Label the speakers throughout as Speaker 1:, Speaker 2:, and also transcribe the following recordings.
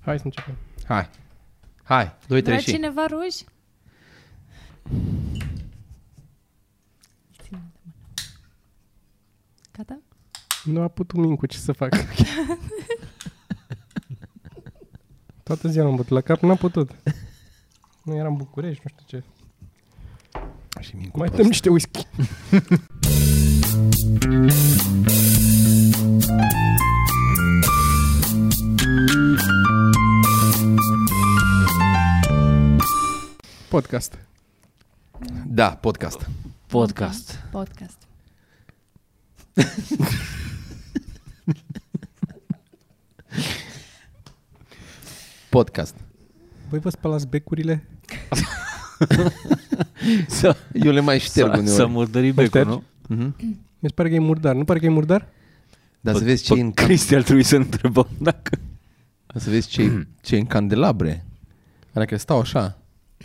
Speaker 1: Hai să începem.
Speaker 2: Hai. Hai, 2, 3
Speaker 3: Vrea
Speaker 2: și...
Speaker 3: cineva ruj? Ține-o de mână. Gata?
Speaker 1: Nu a putut mincu ce să fac. Toată ziua am bătut la cap, n-am putut. Nu eram în București, nu știu ce.
Speaker 2: Și Mincu
Speaker 1: Mai
Speaker 2: prost.
Speaker 1: dăm niște whisky. Podcast.
Speaker 2: Da, podcast.
Speaker 4: Podcast.
Speaker 3: Podcast.
Speaker 2: Podcast.
Speaker 1: Voi vă spălați becurile?
Speaker 4: Să,
Speaker 2: Eu le mai șterg
Speaker 4: să,
Speaker 2: uneori.
Speaker 4: să murdări becul,
Speaker 1: ștergi?
Speaker 4: nu?
Speaker 2: Mhm.
Speaker 1: Mi se pare că e murdar. Nu pare că e murdar?
Speaker 2: Dar să
Speaker 4: Pe-
Speaker 2: vezi ce
Speaker 4: pe
Speaker 2: în,
Speaker 4: Cristi ar trebui să întrebăm dacă...
Speaker 2: să vezi ce, ce în candelabre. Alea care stau așa.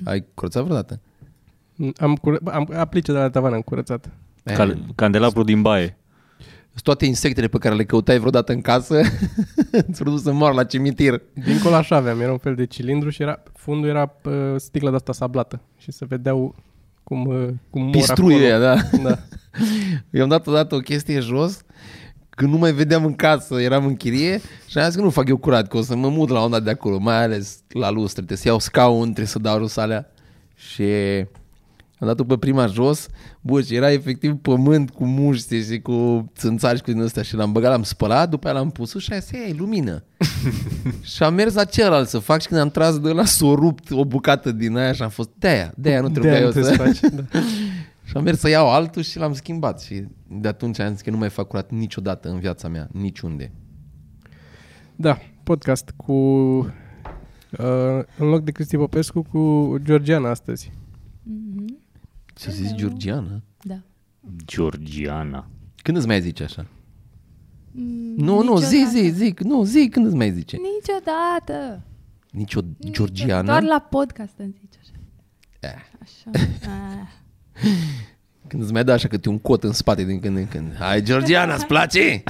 Speaker 2: Ai curățat vreodată?
Speaker 1: Am, cură... bă, am aplice de la tavan, am curățat.
Speaker 2: Eh,
Speaker 4: Cal- candelabru din baie.
Speaker 2: Sunt toate insectele pe care le căutai vreodată în casă. Îți produs să mor la cimitir.
Speaker 1: Dincolo așa aveam, era un fel de cilindru și era, fundul era uh, sticla de asta sablată și se vedeau cum, uh, cum mor
Speaker 2: Pistruie, da.
Speaker 1: acolo. da.
Speaker 2: Eu am dat odată o chestie jos când nu mai vedeam în casă, eram în chirie și am zis că nu fac eu curat, că o să mă mut la un dat de acolo, mai ales la lustre, trebuie să iau scaun, trebuie să dau jos alea. Și am dat-o pe prima jos, bă, și era efectiv pământ cu muște și cu țânțari și cu din astea și l-am băgat, l-am spălat, după aia l-am pus și a zis, e lumină. și am mers la celălalt să fac și când am tras de la s-o rupt o bucată din aia și am fost, de-aia, de-aia nu trebuia
Speaker 1: De-aia
Speaker 2: eu
Speaker 1: nu
Speaker 2: să...
Speaker 1: trebuie faci, da.
Speaker 2: Și am mers să iau altul și l-am schimbat și de atunci am zis că nu mai fac curat niciodată în viața mea, niciunde.
Speaker 1: da, podcast cu uh, în loc de Cristi Popescu cu Georgiana astăzi.
Speaker 3: Mhm.
Speaker 2: Ce zis Georgiana?
Speaker 3: Da.
Speaker 4: Georgiana.
Speaker 2: Când îți mai zici așa?
Speaker 3: Mm,
Speaker 2: Nu, nu, zi,
Speaker 3: niciodată.
Speaker 2: zi, zic, nu, zi, când îți mai zice?
Speaker 3: Niciodată.
Speaker 2: Nicio
Speaker 3: Doar
Speaker 2: Georgiana?
Speaker 3: la podcast îmi zici așa.
Speaker 2: Eh.
Speaker 3: Așa. Ah.
Speaker 2: Când îți mai dă așa câte un cot în spate din când în când. Hai, Georgiana, îți place?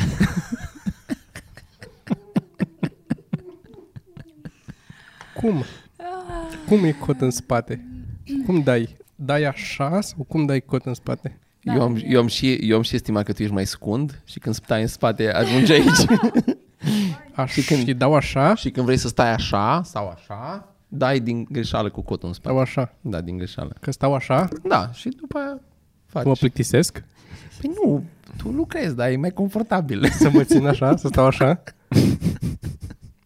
Speaker 1: Cum? Cum e cot în spate? Cum dai? Dai așa sau cum dai cot în spate?
Speaker 3: Da,
Speaker 2: eu, am, eu, am și, eu am și estimat că tu ești mai scund și când stai în spate ajungi aici.
Speaker 1: Așa, și, când... și dau așa,
Speaker 2: și când vrei să stai așa sau așa, dai din greșeală cu cotul în spate.
Speaker 1: dau așa.
Speaker 2: Da, din greșeală.
Speaker 1: Că stau așa,
Speaker 2: Da, și după aia faci.
Speaker 1: mă plictisesc
Speaker 2: Păi nu, tu lucrezi, dar e mai confortabil.
Speaker 1: să mă țin așa, să stau așa.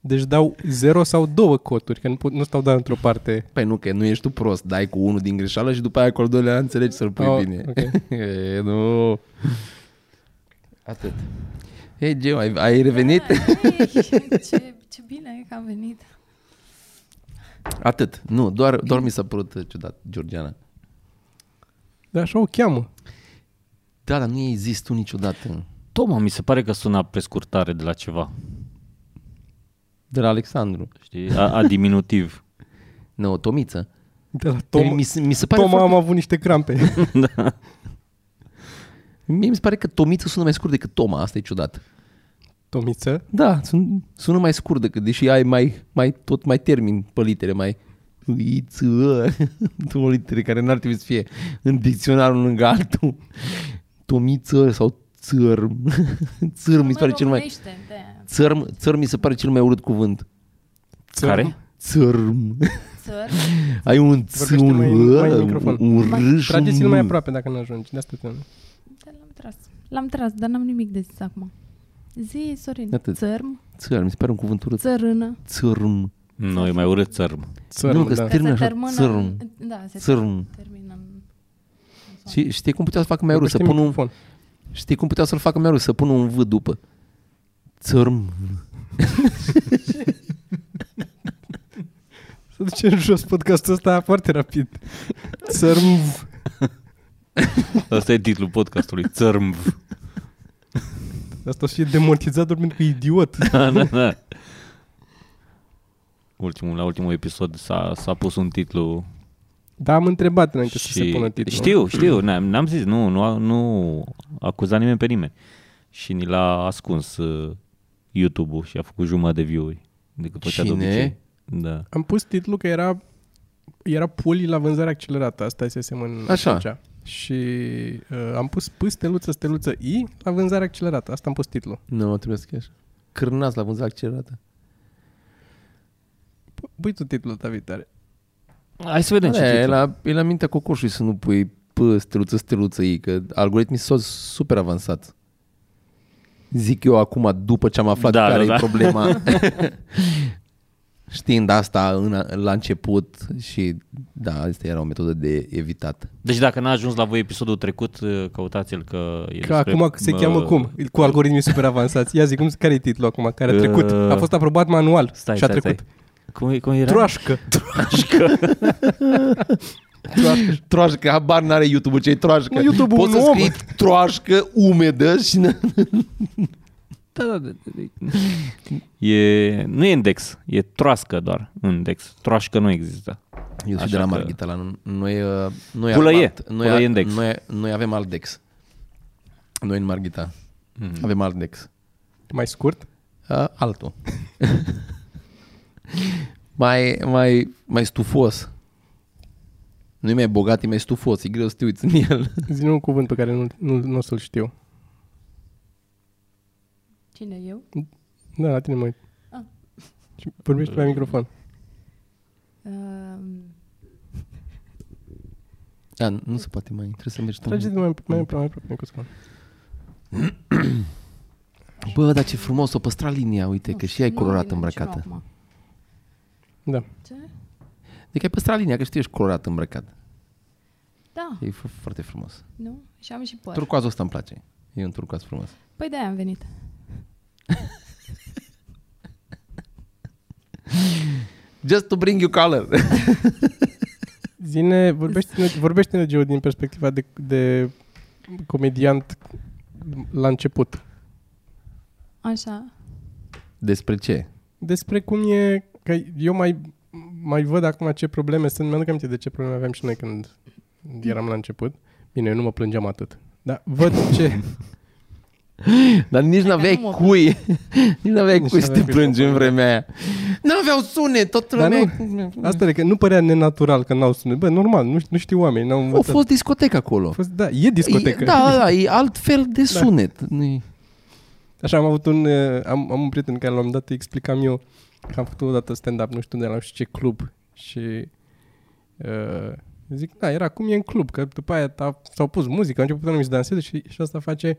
Speaker 1: Deci dau 0 sau două coturi, că nu, pot, nu stau doar într-o parte
Speaker 2: Păi nu, că nu ești tu prost, dai cu unul din greșeală și după aia acolo doilea înțelegi să-l pui
Speaker 1: Oh,
Speaker 2: bine.
Speaker 1: ok.
Speaker 2: e, nu. Atât. Hei, Geo, ai, ai revenit?
Speaker 3: Ai, ce, ce bine că am venit.
Speaker 2: Atât. Nu, doar, doar mi s-a părut uh, ciudat, Georgiana.
Speaker 1: Dar așa o cheamă.
Speaker 2: Da, dar nu i-ai zis tu niciodată.
Speaker 4: Toma, mi se pare că sună prescurtare de la ceva.
Speaker 2: De la Alexandru.
Speaker 4: Știi? A, a diminutiv.
Speaker 2: Nu, Tomiță.
Speaker 1: De la
Speaker 2: Tom,
Speaker 1: Toma.
Speaker 2: mi, se- mi se pare
Speaker 1: Toma
Speaker 2: Toma,
Speaker 1: am avut niște crampe.
Speaker 2: Mie mi se pare că Tomiță sună mai scurt decât Toma, asta e ciudat.
Speaker 1: Tomiță?
Speaker 2: Da, sun, sună mai scurt decât, deși ai mai, mai, tot mai termin pe litere, mai iță, două litere care n-ar trebui să fie în dicționarul lângă altul. Tomiță sau țărm. Țărm mi se pare cel mai... Țărm, țărm mi se pare cel mai urât cuvânt.
Speaker 4: Care?
Speaker 2: Țărm.
Speaker 3: Țăr.
Speaker 2: Ai un ț,
Speaker 1: Vorbește
Speaker 2: un,
Speaker 1: mai- mai în microfon.
Speaker 2: un, un
Speaker 3: Mai-
Speaker 2: râș, un
Speaker 1: Trageți-l mai
Speaker 2: m.
Speaker 1: aproape dacă nu ajungi. De asta te
Speaker 3: Dar l-am tras. L-am tras, dar n-am nimic de zis acum. Zi, Sorin.
Speaker 2: Atât.
Speaker 3: Țărm,
Speaker 2: Țărm, mi se pare un cuvânt urât.
Speaker 3: țărână.
Speaker 2: Țărm.
Speaker 4: Nu, e mai urât țărm.
Speaker 1: Țărmă,
Speaker 2: Nu, că
Speaker 1: da.
Speaker 2: stai- Termină
Speaker 3: Că se
Speaker 2: așa,
Speaker 3: termină-
Speaker 2: țărm.
Speaker 3: Da, se
Speaker 2: Țărm.
Speaker 3: termină. în-
Speaker 2: Și știi cum puteau să facă mai urât? Să
Speaker 1: Vorbește
Speaker 2: pun un,
Speaker 1: microfon.
Speaker 2: Știi cum puteau să-l facă mereu? Să pună un V după. Țărm.
Speaker 1: Să duce în jos podcastul ăsta foarte rapid. Țărmv.
Speaker 4: Asta e titlul podcastului. Țărm.
Speaker 1: Asta o să fie demortizat dormind cu idiot.
Speaker 4: Da, da, da. Ultimul, la ultimul episod s-a, s-a pus un titlu
Speaker 1: Dar Da, am întrebat înainte
Speaker 4: și...
Speaker 1: să se pună titlul.
Speaker 4: Știu, știu, n-am, n-am zis, nu, nu, nu acuza nimeni pe nimeni. Și ni l-a ascuns uh, YouTube-ul și a făcut jumătate de view-uri. decât făcea
Speaker 2: Cine?
Speaker 4: de obicei. Da.
Speaker 1: Am pus titlul că era, era puli la vânzare accelerată. Asta este semn
Speaker 2: Așa.
Speaker 1: Și uh, am pus P, steluță, steluță, I la vânzare accelerată. Asta am pus titlul.
Speaker 2: Nu, trebuie să fie așa. Cârnați la vânzare accelerată.
Speaker 1: P- Pui tu titlul ta viitoare.
Speaker 4: Hai să vedem ce
Speaker 2: Da, e,
Speaker 4: titlu.
Speaker 2: la, e la mintea cocoșului să nu pui P, steluță, steluță, I, că algoritmii sunt super avansați. Zic eu acum, după ce am aflat
Speaker 4: Da,
Speaker 2: da,
Speaker 4: da,
Speaker 2: care da, e
Speaker 4: da.
Speaker 2: problema, știind asta în, la început și da, asta era o metodă de evitat.
Speaker 4: Deci dacă n-a ajuns la voi episodul trecut, uh, căutați-l că e
Speaker 1: Că acum se cheamă cum? Cu algoritmii super avansați. Ia zi, cum, care e titlul acum? Care a
Speaker 4: Uh,
Speaker 1: trecut? A fost aprobat manual
Speaker 4: Stai,
Speaker 1: și a
Speaker 4: stai,
Speaker 1: trecut.
Speaker 4: stai. Cum, e- cum era?
Speaker 1: Troașcă.
Speaker 2: Troașcă, troașcă habar n-are YouTube-ul ce e troașcă.
Speaker 1: Nu, YouTube-ul
Speaker 2: Poți
Speaker 1: un
Speaker 2: să
Speaker 1: om.
Speaker 2: scrii troașcă umedă și...
Speaker 4: Da, da, da, da. E, nu e index, e troască doar un dex. Troașcă nu există.
Speaker 2: Eu
Speaker 4: Așa
Speaker 2: sunt de la
Speaker 4: că-
Speaker 2: Marghita, la noi, uh, noi,
Speaker 4: Pulăie.
Speaker 2: alt- noi,
Speaker 4: Pulăie în Dex.
Speaker 2: Noi, noi avem alt Dex. Noi în Marghita
Speaker 4: Mhm.
Speaker 2: avem alt Dex.
Speaker 1: Mai scurt?
Speaker 2: Uh, altul. mai, mai, mai stufos. Nu e mai bogat, e mai stufos. E greu să te uiți în el.
Speaker 1: Zi un cuvânt pe care nu, nu, nu o să-l știu.
Speaker 3: Cine eu?
Speaker 1: Da, la tine mă uit.
Speaker 3: Ah.
Speaker 1: Și Vorbești la microfon.
Speaker 3: Uh,
Speaker 2: Da, nu se poate mai. Trebuie să mergi.
Speaker 1: Trageți mai, mai, mai aproape microfon.
Speaker 2: Bă, dar ce frumos, o păstra linia, uite,
Speaker 3: nu
Speaker 2: că și
Speaker 3: știu,
Speaker 2: ea e
Speaker 3: nu
Speaker 2: colorată
Speaker 3: vine niciunul
Speaker 2: îmbrăcată.
Speaker 3: acum.
Speaker 1: Da.
Speaker 3: Ce?
Speaker 2: Deci ai păstrat linia, că știi, ești colorat îmbrăcat.
Speaker 3: Da,
Speaker 2: E f- foarte frumos.
Speaker 3: nu? Și am și păr.
Speaker 2: Turcoazul ăsta îmi place. E un turcoaz frumos.
Speaker 3: Păi de-aia am venit.
Speaker 2: Just to bring you color.
Speaker 1: Zine, vorbește-ne, vorbește-ne Geo, din perspectiva de, de comediant la început.
Speaker 3: Așa.
Speaker 2: Despre ce?
Speaker 1: Despre cum e, că eu mai, mai văd acum ce probleme sunt, mi-aduc aminte de ce probleme aveam și noi când eram la început. Bine, eu nu mă plângeam atât. Dar văd ce...
Speaker 2: Dar nici
Speaker 3: Hai că
Speaker 2: n-aveai
Speaker 3: nu mă-
Speaker 2: cui. Nici n-aveai
Speaker 1: Nici
Speaker 2: cui să te
Speaker 1: n-aveai cui să
Speaker 2: plângi
Speaker 1: mă
Speaker 2: în vremea aia. N-aveau sunet, tot
Speaker 1: Dar
Speaker 2: lumea...
Speaker 1: Asta e că nu părea nenatural că n-au sunat. Bă, normal, nu, nu știu oameni, n-au
Speaker 2: A
Speaker 1: învățat.
Speaker 2: fost discotecă acolo.
Speaker 1: A fost, da, e discotecă.
Speaker 2: E, da, da, e altfel de
Speaker 1: Da.
Speaker 2: sunet. Nu-i-
Speaker 1: Așa am avut un, uh, am, am un prieten care la un moment dat îi explicam eu că am făcut odată stand-up, nu știu unde, la nu știu ce club și uh, zic, da, era cum e în club, că după aia a, s-au pus muzică, a început oamenii să danseze și, și asta face,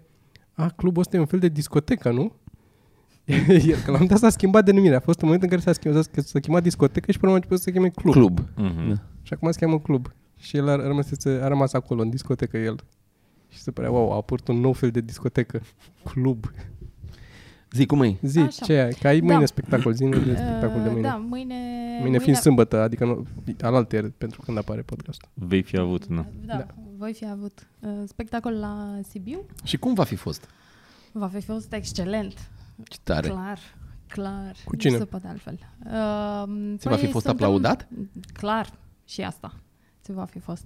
Speaker 1: a, clubul ăsta e un fel de discotecă, nu? El, că la un moment dat s-a schimbat denumirea, a fost un moment în care s-a schimbat, s-a- s-a chemat discotecă și până la urmă a început să se cheme club. club.
Speaker 2: Club.
Speaker 4: Mhm.
Speaker 1: Și acum se cheamă club. Și el a rămas, a rămas acolo, în discotecă el. Și se părea, wow, a apărut un nou fel de discotecă. Club.
Speaker 2: Zic cum e?
Speaker 1: Zi,
Speaker 3: Așa.
Speaker 1: ce ai? Că ai mâine
Speaker 3: Da.
Speaker 1: spectacol, zi de spectacol de
Speaker 3: Uh,
Speaker 1: mâine.
Speaker 3: Da, mâine...
Speaker 1: Mâine fiind sâmbătă, adică nu, alaltă pentru când apare podcastul.
Speaker 4: Vei fi avut, nu.
Speaker 3: Da,
Speaker 1: Da.
Speaker 3: voi fi avut uh, spectacol la Sibiu.
Speaker 2: Și cum va fi fost?
Speaker 3: Va fi fost excelent.
Speaker 2: Ce tare.
Speaker 3: Clar, clar.
Speaker 1: Cu cine?
Speaker 3: Nu se poate altfel. Uh,
Speaker 2: Ți va fi fost
Speaker 3: suntem-
Speaker 2: aplaudat?
Speaker 3: Clar, și asta. Ți va fi fost.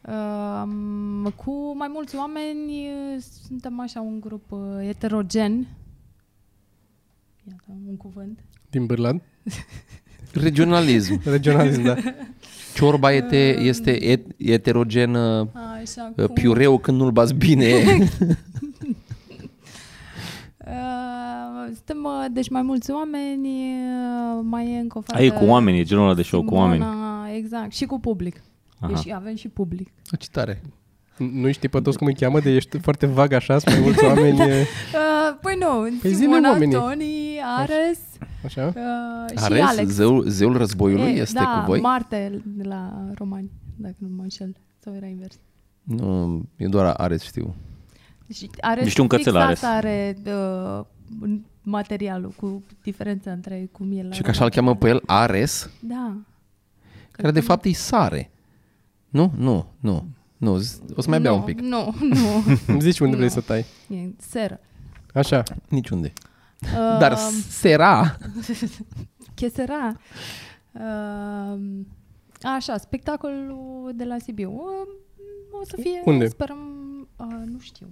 Speaker 3: Uh, cu mai mulți oameni uh, suntem așa un grup uh, heterogen. Iată, un cuvânt.
Speaker 1: Din Bârlad?
Speaker 2: Regionalism.
Speaker 1: Regionalism, da.
Speaker 2: Ciorba este, este et- heterogenă.
Speaker 3: Așa,
Speaker 2: uh, Piureu când nu-l bați bine.
Speaker 3: Uh, suntem, uh, deci, mai mulți oameni, uh, mai e încă o fată.
Speaker 4: Ai cu oameni, e genul ăla de show cu oameni.
Speaker 3: Simona, Exact, și cu public.
Speaker 4: Aha.
Speaker 3: Deci și avem și public.
Speaker 2: Ce tare.
Speaker 1: Nu știi pe toți cum îi cheamă, de ești foarte vag așa, sunt mai mulți oameni, e-
Speaker 3: Uh, păi nu,
Speaker 1: Păi
Speaker 3: păi
Speaker 1: zi-ne
Speaker 3: Simona,
Speaker 1: oamenii.
Speaker 3: Toni, Ares
Speaker 1: așa?
Speaker 3: uh, și
Speaker 2: Ares,
Speaker 3: Alex.
Speaker 2: zeul, zeul războiului,
Speaker 3: E,
Speaker 2: este
Speaker 3: da,
Speaker 2: cu voi?
Speaker 3: Marte de la romani, dacă nu mă înșel. Sau era invers.
Speaker 2: Nu, e doar Ares, știu.
Speaker 3: Deci Ares
Speaker 4: Ești un cățel,
Speaker 3: fix
Speaker 4: Ares.
Speaker 3: asta are uh, materialul cu diferența între cum e la
Speaker 2: Și că așa îl cheamă pe el Ares?
Speaker 3: Da.
Speaker 2: Care de fapt e sare. Nu? Nu, nu. Nu, z- o să mai bea
Speaker 3: nu,
Speaker 2: un pic.
Speaker 3: Nu, nu.
Speaker 1: Îmi zici unde vrei
Speaker 3: Nu.
Speaker 1: să tai.
Speaker 3: E seră.
Speaker 1: Așa.
Speaker 2: Niciunde.
Speaker 3: Uh,
Speaker 2: Dar sera.
Speaker 3: Ce sera? Uh, așa, spectacolul de la Sibiu. Uh, o să fie,
Speaker 1: Unde?
Speaker 3: sperăm, uh, nu știu.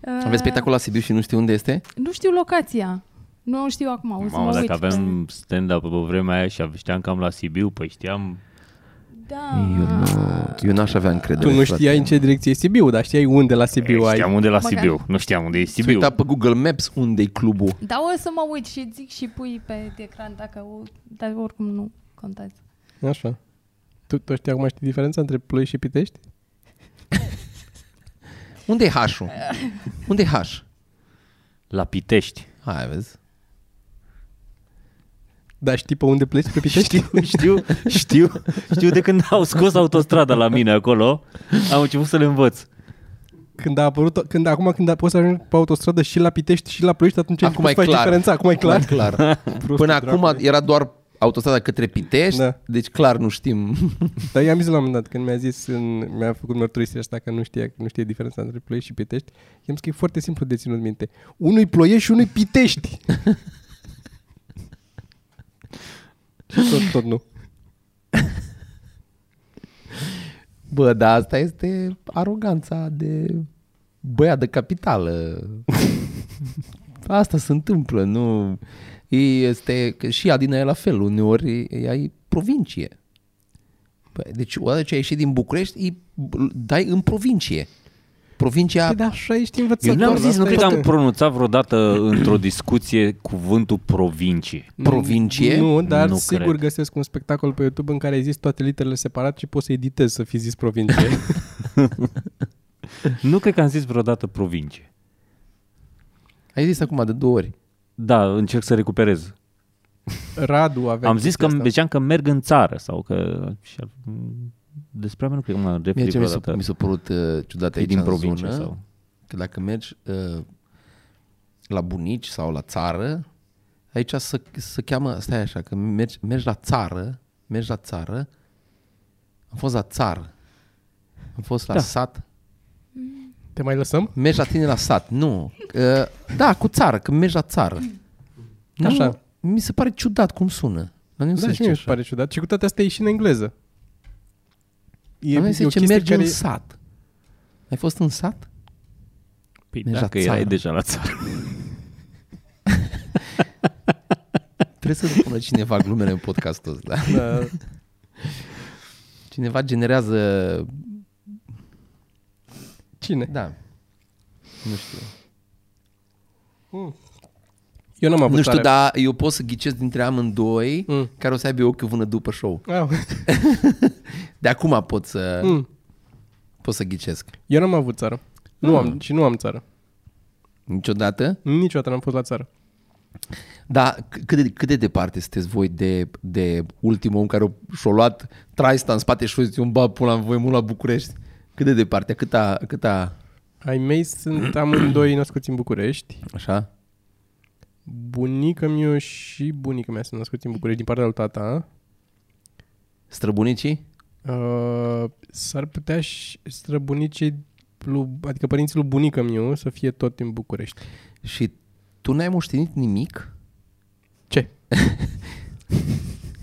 Speaker 3: Uh,
Speaker 2: Aveți spectacol la Sibiu și nu știu unde este?
Speaker 3: Nu știu locația. Nu știu acum, o să
Speaker 4: Mamă,
Speaker 3: mă
Speaker 4: dacă
Speaker 3: uit.
Speaker 4: aveam stand-up pe vremea aia și știam că am la Sibiu, păi știam...
Speaker 3: Da.
Speaker 2: Eu, nu, eu n-aș avea încredere.
Speaker 1: Tu nu
Speaker 2: frate.
Speaker 1: știai în ce direcție e Sibiu, dar știai unde la Sibiu
Speaker 4: Ei, știam
Speaker 1: ai.
Speaker 4: unde la
Speaker 3: Măcar.
Speaker 4: Sibiu, nu știam unde e
Speaker 2: Să
Speaker 4: Sibiu.
Speaker 2: uita pe Google Maps unde e clubul.
Speaker 3: Da, o să mă uit și zic și pui pe ecran dacă... o- Dar oricum nu contează.
Speaker 1: Așa. Tu, tu știi acum știi diferența între Ploi și Pitești?
Speaker 2: Unde e H-ul? Unde e H?
Speaker 4: La Pitești.
Speaker 2: Hai, vezi?
Speaker 1: Dar știi pe unde pleci pe Pitești?
Speaker 4: Știu, păi știu, știu, știu de când au scos autostrada la mine acolo, am început să le învăț.
Speaker 1: Când a apărut, când, acum când a, poți să ajungi pe autostradă și la Pitești și la Ploiești, atunci
Speaker 2: Acum
Speaker 1: ai
Speaker 2: e
Speaker 1: faci
Speaker 2: clar.
Speaker 1: diferența. Acum e clar.
Speaker 2: clar. Până acum era doar autostrada către Pitești,
Speaker 1: Da.
Speaker 2: deci clar nu știm.
Speaker 1: Dar i-am zis la un moment dat, când mi-a zis, în, mi-a făcut mărturisirea asta că nu știe, nu știe diferența între Ploiești și Pitești, i-am zis că e foarte simplu de ținut minte. Unul e Ploiești și unul e Pitești. și tot, tot nu.
Speaker 2: Bă, dar asta este aroganța de băiat de capitală. Asta se întâmplă, nu... Este că și Adina e la fel, uneori ea e provincie. Păi, deci odată ce ai ieșit din București, îi dai în provincie. Provincia...
Speaker 1: Păi, dar așa ești da, învățat.
Speaker 4: Eu n-am
Speaker 1: doamnă,
Speaker 4: zis, nu
Speaker 1: asta
Speaker 4: cred că
Speaker 1: este.
Speaker 4: am pronunțat vreodată într-o discuție cuvântul provincie.
Speaker 2: provincie?
Speaker 1: da. Nu, dar
Speaker 4: Nu
Speaker 1: nu sigur
Speaker 4: cred.
Speaker 1: cred. găsesc un spectacol pe YouTube în care ai zis toate literele separat și poți să editezi să fi zis provincie.
Speaker 4: Nu cred că am zis vreodată provincie.
Speaker 2: Ai zis acum de două ori.
Speaker 4: Da, încerc să recuperez.
Speaker 1: Radu avea
Speaker 4: Am zis că
Speaker 1: chestia asta.
Speaker 4: ziceam că merg în țară sau că... și- Despre mine nu cred că m-am
Speaker 2: Mie
Speaker 4: referit
Speaker 2: ce mi s-a,
Speaker 4: vreodată.
Speaker 2: mi s-a părut uh, ciudat
Speaker 4: E
Speaker 2: aici
Speaker 4: din
Speaker 2: în
Speaker 4: provincie
Speaker 2: zonă,
Speaker 4: sau...
Speaker 2: că dacă mergi uh, la bunici sau la țară, aici se, se cheamă, stai așa, că mergi, mergi la țară, mergi la țară, am fost la țară, am fost la
Speaker 4: Da.
Speaker 2: da. sat,
Speaker 1: Te mai lăsăm?
Speaker 2: mergi la tine la sat, nu, uh, da, cu țară, că mergi la țară. Nu,
Speaker 1: Așa.
Speaker 2: Mi se pare ciudat cum sună. La noi
Speaker 1: Da,
Speaker 2: nu se
Speaker 1: și
Speaker 2: zice
Speaker 1: mie mi
Speaker 2: așa.
Speaker 1: se pare ciudat. Și cu toate astea e și în engleză.
Speaker 2: La noi se zice
Speaker 1: chestie
Speaker 2: mergi în
Speaker 1: care-
Speaker 2: sat. Ai fost în sat?
Speaker 4: Păi
Speaker 2: Mergi la
Speaker 4: dacă erai
Speaker 2: țară.
Speaker 4: deja la țară.
Speaker 2: Trebuie să pună cineva glumele în podcastul ăsta.
Speaker 1: Da.
Speaker 2: Cineva generează...
Speaker 1: Cine?
Speaker 2: Da. Nu știu.
Speaker 1: Eu n-am avut
Speaker 2: nu știu,
Speaker 1: tare.
Speaker 2: dar eu pot să ghicesc dintre amândoi
Speaker 1: Mm.
Speaker 2: care o să aibă ochiul vână după show.
Speaker 1: Au.
Speaker 2: De acum pot să...
Speaker 1: Ah, Mm.
Speaker 2: Pot să ghicesc.
Speaker 1: Eu n-am avut țară. Nu
Speaker 2: Mm.
Speaker 1: am, și nu am țară.
Speaker 2: Niciodată.
Speaker 1: Niciodată n-am fost la țară.
Speaker 2: Dar c- cât de, cât de departe sunteți voi de, de ultimul om care și-a luat traista în spate și a zis, un bă, pula în voi, mult la București. Cât de departe? Cât a... Cât a
Speaker 1: Ai mei sunt amândoi născuți în București.
Speaker 2: așa?
Speaker 1: Bunica mea și bunica mea sunt născuți în București din partea lui tata.
Speaker 2: Străbunicii?
Speaker 1: Uh, s-ar putea și străbunicii lui, adică părinții lui bunică miu să fie tot în București.
Speaker 2: Și tu n-ai moștenit nimic?
Speaker 1: Ce?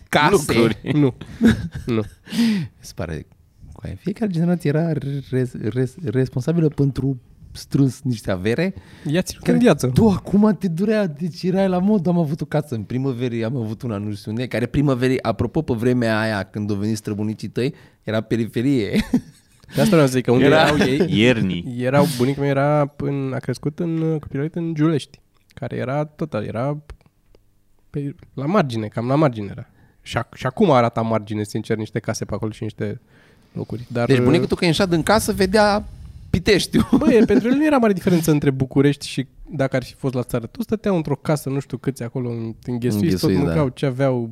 Speaker 2: Case?
Speaker 4: Lucruri.
Speaker 1: nu. Nu.
Speaker 2: Se pare că fiecare generație era res, res, responsabilă pentru strâns niște avere.
Speaker 1: Ia ținut în viață.
Speaker 2: Tu acum te durea, deci erai la mod, am avut o casă în primăverii, am avut una nu știu unde, care primăverii, apropo, pe vremea aia când au venit străbunicii tăi, era periferie.
Speaker 1: De asta vreau să zic că unde
Speaker 4: Era-
Speaker 1: erau ei,
Speaker 4: Iernii.
Speaker 1: erau, bunica mea era în, a crescut în copilărie în Giulești, care era tot, era pe, la margine, cam la margine era. Și, ac- și acum arată margine, sincer, niște case pe acolo și niște locuri. Dar,
Speaker 2: Deci bunicul tău că ieșea din casă, vedea Piteștiu.
Speaker 1: Băi, pentru el nu era mare diferență între București și dacă ar fi fost la țară. Tu stăteau într-o casă, nu știu câți acolo, în în ghesuiți, tot
Speaker 2: Înghesuiți, da.
Speaker 1: mâncau ce aveau,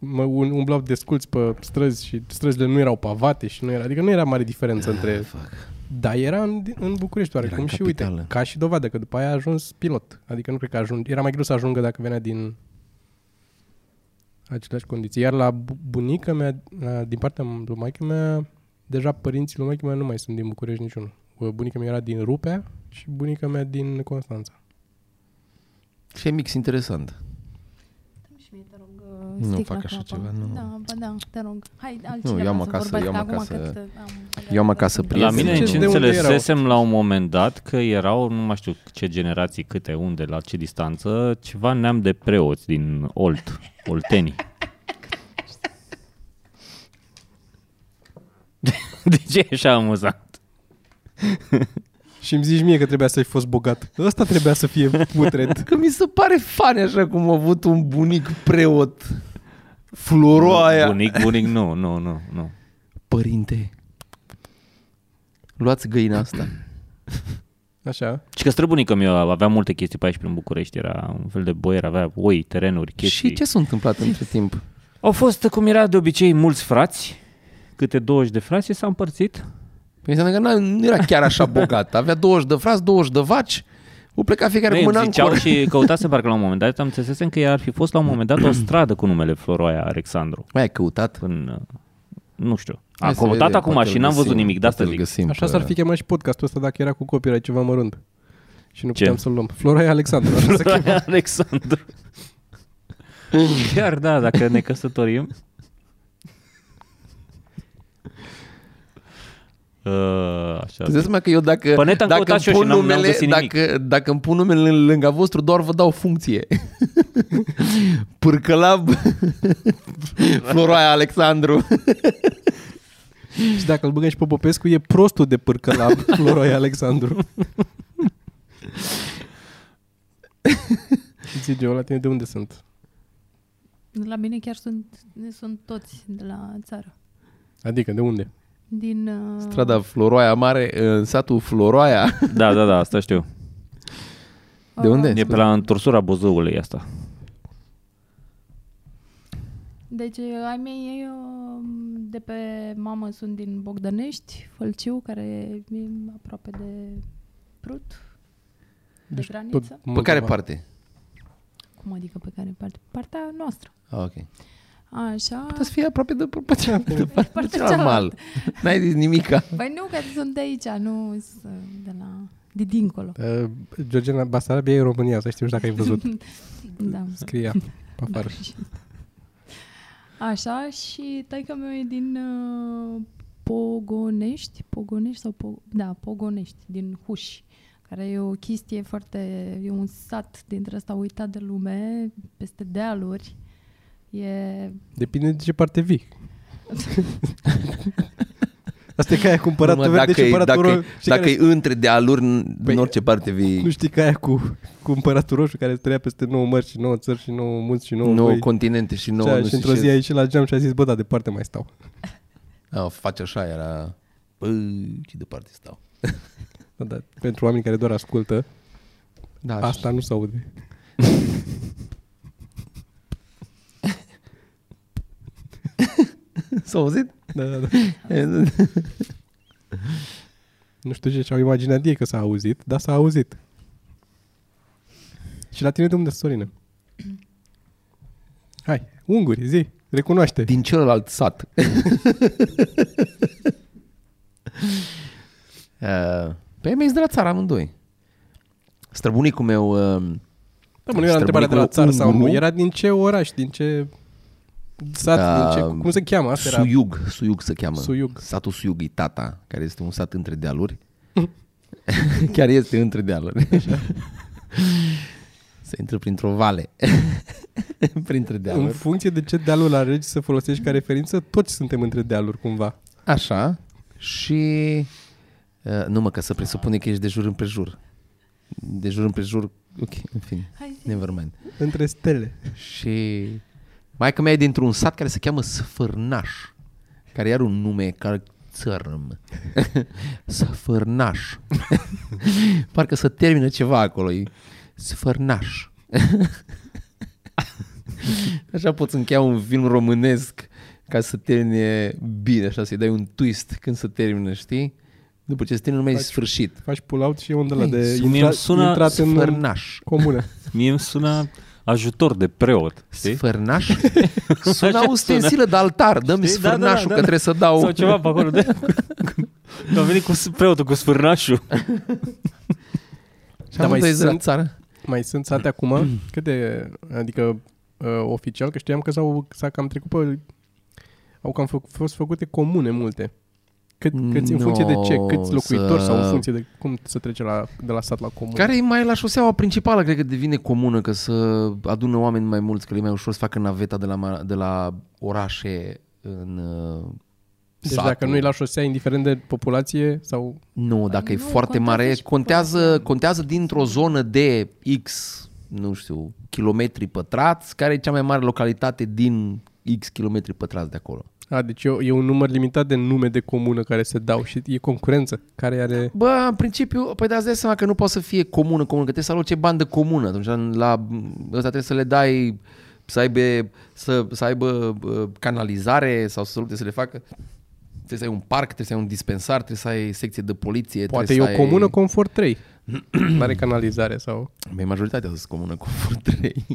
Speaker 1: mă, un- umblau desculți pe străzi și străzile nu erau pavate și nu era, adică nu era mare diferență
Speaker 2: Ah,
Speaker 1: între... Da, era în, în București oarecum
Speaker 2: în
Speaker 1: și uite,
Speaker 2: capitală.
Speaker 1: ca și dovadă că după aia a ajuns pilot. Adică nu cred că ajung, era mai greu să ajungă dacă venea din aceleași condiții. Iar la bu- bunica mea, la- din partea lui maică mea, deja părinții lui maică mea nu mai sunt din București niciunul. Bă, Bunica mea era din Rupea și bunica mea din Constanța.
Speaker 2: Și e mix interesant.
Speaker 3: Și și mie, te rog, uh,
Speaker 2: Nu
Speaker 3: sticla
Speaker 2: fac
Speaker 3: cu
Speaker 2: așa
Speaker 3: apă.
Speaker 2: ceva, nu.
Speaker 3: Da, ba da, te rog. Hai, altcineva
Speaker 2: eu am
Speaker 3: să
Speaker 2: acasă-
Speaker 3: vorbească
Speaker 2: eu am
Speaker 3: acum,
Speaker 2: acasă-
Speaker 3: că, uh,
Speaker 2: eu am acasă
Speaker 4: La
Speaker 2: Prieteni.
Speaker 4: mine
Speaker 2: Ce-
Speaker 4: ce
Speaker 1: de unde erau?
Speaker 4: înțelesesem la un moment dat că erau, nu mai știu ce generații, câte, unde, la ce distanță, ceva neam de preoți din Olt, Olteni. De ce e așa amuzant?
Speaker 1: Și îmi zici mie că trebuia să-i fost bogat. Ăsta trebuia să fie putred.
Speaker 2: Că mi se pare fani așa cum a avut un bunic preot. Floroaia.
Speaker 4: Bunic, bunic, nu, nu, nu, nu.
Speaker 2: Părinte, luați găina asta.
Speaker 1: Așa.
Speaker 4: Și că străbunică mi avea multe chestii pe aici prin București, era un fel de boier, avea oi, terenuri, chestii.
Speaker 2: Și ce s-a întâmplat între timp? Păi
Speaker 4: Au fost, cum era de obicei, mulți frați, câte 20 de frați și s-a împărțit.
Speaker 2: Păi înseamnă că n-a- nu era chiar așa bogat. Avea 20 de frați, 20 de vaci, o pleca fiecare cu
Speaker 4: Ei,
Speaker 2: mâna în
Speaker 4: ziceau
Speaker 2: cor.
Speaker 4: și căutasem parcă la un moment dat, am înțelesem că ar fi fost la un moment dat o stradă cu numele Floroaia Alexandru.
Speaker 2: Mai ai căutat?
Speaker 4: În, uh, nu știu.
Speaker 2: Hai
Speaker 4: Am
Speaker 2: să
Speaker 4: căutat
Speaker 2: vedem,
Speaker 4: acum
Speaker 2: poate
Speaker 4: și
Speaker 2: îl
Speaker 4: n-am văzut
Speaker 2: găsim,
Speaker 4: nimic, de asta
Speaker 2: poate îl
Speaker 4: zic.
Speaker 2: găsim
Speaker 1: Așa
Speaker 2: pe-
Speaker 1: s-ar fi chemat și podcastul ăsta dacă era cu copyright ceva mărunt. Și nu
Speaker 4: Ce?
Speaker 1: puteam să-l luăm. Florea Alexandru. Așa se chema.
Speaker 4: Floroaia Alexandru. Chiar da, dacă ne căsătorim. Uh, așa.
Speaker 2: Îți dai seama că eu dacă,
Speaker 4: Pănet am
Speaker 2: dacă
Speaker 4: căutat
Speaker 2: îmi
Speaker 4: și eu
Speaker 2: pun
Speaker 4: și n-am- n-am
Speaker 2: numele,
Speaker 4: găsit nimic.
Speaker 2: dacă, dacă îmi pun numele în lângă vostru, doar vă dau funcție. Pârcălab Floroaia Alexandru.
Speaker 1: și dacă îl băgăm și pe Popescu, e prostul de pârcă la Florea Alexandru. Zi, Geo, la tine de unde sunt?
Speaker 3: La mine chiar sunt, sunt toți de la țară.
Speaker 1: Adică, de unde?
Speaker 3: Din... uh,
Speaker 2: Strada Floroaia Mare, în satul Floroaia.
Speaker 4: Da, da, da, asta știu.
Speaker 3: oh,
Speaker 2: De unde?
Speaker 4: E pe la întorsura Buzăului asta.
Speaker 3: Deci ai mei uh, de pe mamă sunt din Bogdănești, Fălciu, care e aproape de Prut, de deci graniță. Tot...
Speaker 2: Pe care
Speaker 1: Moldova.
Speaker 2: parte?
Speaker 3: Cum adică pe care parte? Partea noastră.
Speaker 2: Ah, ok.
Speaker 3: Așa.
Speaker 2: Putea să fie aproape de pe cealaltă, de partea
Speaker 3: partea
Speaker 2: cealaltă.
Speaker 3: cealaltă.
Speaker 2: N-ai zis nimica.
Speaker 3: Păi nu, că sunt de aici, nu sunt de la... de dincolo.
Speaker 1: Uh, Georgiana Basarabia e în România, să știu și dacă ai văzut.
Speaker 3: Da.
Speaker 1: Scria pe afară.
Speaker 3: Așa și taica meu e din uh, Pogonești, Pogonești sau po- da, Pogonești, din Huși, care e o chestie foarte, e un sat dintre ăsta uitat de lume, peste dealuri. E
Speaker 1: Depinde de ce parte vii. Asta e că ai cumpărat
Speaker 2: Numai
Speaker 1: tu verde
Speaker 2: dacă,
Speaker 1: și
Speaker 2: e,
Speaker 1: cumpărat
Speaker 2: dacă,
Speaker 1: roșu. Știi
Speaker 2: dacă
Speaker 1: care-
Speaker 2: e între dealuri, în
Speaker 1: Păi-
Speaker 2: în orice parte vii.
Speaker 1: Nu știi că aia cu cumpăratul roșu care trăia peste 9 mări și 9 țări și 9 munți și 9
Speaker 2: nouă
Speaker 1: voi.
Speaker 2: continente și nouă
Speaker 1: și, aia,
Speaker 2: nu
Speaker 1: păi, și
Speaker 2: știu
Speaker 1: într-o
Speaker 2: ce.
Speaker 1: zi a ieșit la geam și a zis, bă, da, departe mai stau.
Speaker 2: A, face așa, era... Bă, ce departe stau.
Speaker 1: Da, da, pentru oamenii care doar ascultă,
Speaker 2: Da,
Speaker 1: Așa. asta nu se aude.
Speaker 2: S-a auzit?
Speaker 1: Da, da, da. Nu știu ce și-au imaginat ei că s-a auzit, dar s-a auzit. Și la tine de unde, Sorine? Hai, unguri, zi, recunoaște.
Speaker 2: Din celălalt sat. Uh, Păi mi de la țară amândoi. Străbunicul meu... uh,
Speaker 1: Da, mă, nu era întrebarea de la țară
Speaker 2: străbunicul
Speaker 1: sau nu,
Speaker 2: unguru.
Speaker 1: era din ce oraș, din ce sat, din ce,
Speaker 2: Uh,
Speaker 1: cum se cheamă, asta era
Speaker 2: Suiug, Suiug se cheamă.
Speaker 1: Suiug.
Speaker 2: Satul Suiug e Tata, care este un sat între dealuri. Chiar este între dealuri. se intră printr-o vale. printre
Speaker 1: În
Speaker 2: dealuri.
Speaker 1: funcție de ce dealul la regi să folosești ca referință, toți suntem între dealuri cumva.
Speaker 2: Așa. Și... Uh, nu mă, că să presupune că ești de jur împrejur. De jur împrejur, ok, în fine,
Speaker 3: hai zi,
Speaker 2: nevermind.
Speaker 1: Între stele.
Speaker 2: Și mai că mea e dintr-un sat care se cheamă Sfârnaș, care are un nume ca țărm. Sfârnaș. Parcă să termină ceva acolo. E Sfârnaș. Așa poți încheia un film românesc ca să termine bine, așa să-i dai un twist când se termină, știi? După ce se termină, mai e
Speaker 1: Faci-
Speaker 2: sfârșit.
Speaker 1: Faci pull-out și e unde la
Speaker 2: Ei,
Speaker 1: de
Speaker 4: sună-
Speaker 1: intra,
Speaker 4: sună
Speaker 1: intrat în
Speaker 2: Sfârnaș.
Speaker 1: comună.
Speaker 4: Mie îmi sună ajutor de preot, știi?
Speaker 2: Sfârnaș? Sună
Speaker 4: sună.
Speaker 2: ustensilă de altar, dă-mi
Speaker 4: Știi? Da, da, da,
Speaker 2: sfârnașul
Speaker 4: da,
Speaker 2: că
Speaker 4: da.
Speaker 2: trebuie să dau...
Speaker 4: Sau ceva pe acolo. da. De... Că a venit cu s- preotul, cu sfârnașul.
Speaker 2: Și da, mai sunt... la țară.
Speaker 1: Mai sunt sate acum? Cât de, adică uh, oficial, că știam că s-au, s-a cam trecut pe... Au cam fă, fost făcute comune multe. Cât, câți în funcție de ce,
Speaker 2: No,
Speaker 1: câți locuitori
Speaker 2: să-
Speaker 1: sau în funcție de cum se trece la, de la sat la comună.
Speaker 2: Care e mai la șoseaua principală, cred că devine comună, că să adună oameni mai mulți, că le e mai ușor să facă naveta de la, ma- de la orașe în uh,
Speaker 1: deci
Speaker 2: satul.
Speaker 1: dacă nu e la Păi șosea, indiferent de populație sau...
Speaker 2: Nu, dacă e
Speaker 3: nu,
Speaker 2: foarte
Speaker 3: contează
Speaker 2: mare,
Speaker 3: și
Speaker 2: contează,
Speaker 3: populația.
Speaker 2: contează dintr-o zonă de X, nu știu, kilometri pătrați, care e cea mai mare localitate din X kilometri pătrați de acolo.
Speaker 1: A, deci e, o- e un număr limitat de nume de comună care se dau și e concurență care are...
Speaker 2: Bă, în principiu, păi dați dai seama că nu poate să fie comună, comună, că trebuie să aloce bani de comună. Atunci la ăsta trebuie să le dai să aibă, să, să aibă uh, canalizare sau să lupte să le facă. Trebuie să ai un parc, trebuie să ai un dispensar, trebuie să ai secție de poliție.
Speaker 1: Poate e
Speaker 2: trebuie
Speaker 1: o
Speaker 2: să ai...
Speaker 1: comună confort 3. nu are canalizare sau...
Speaker 2: Mai majoritatea sunt comună cu Ford 3.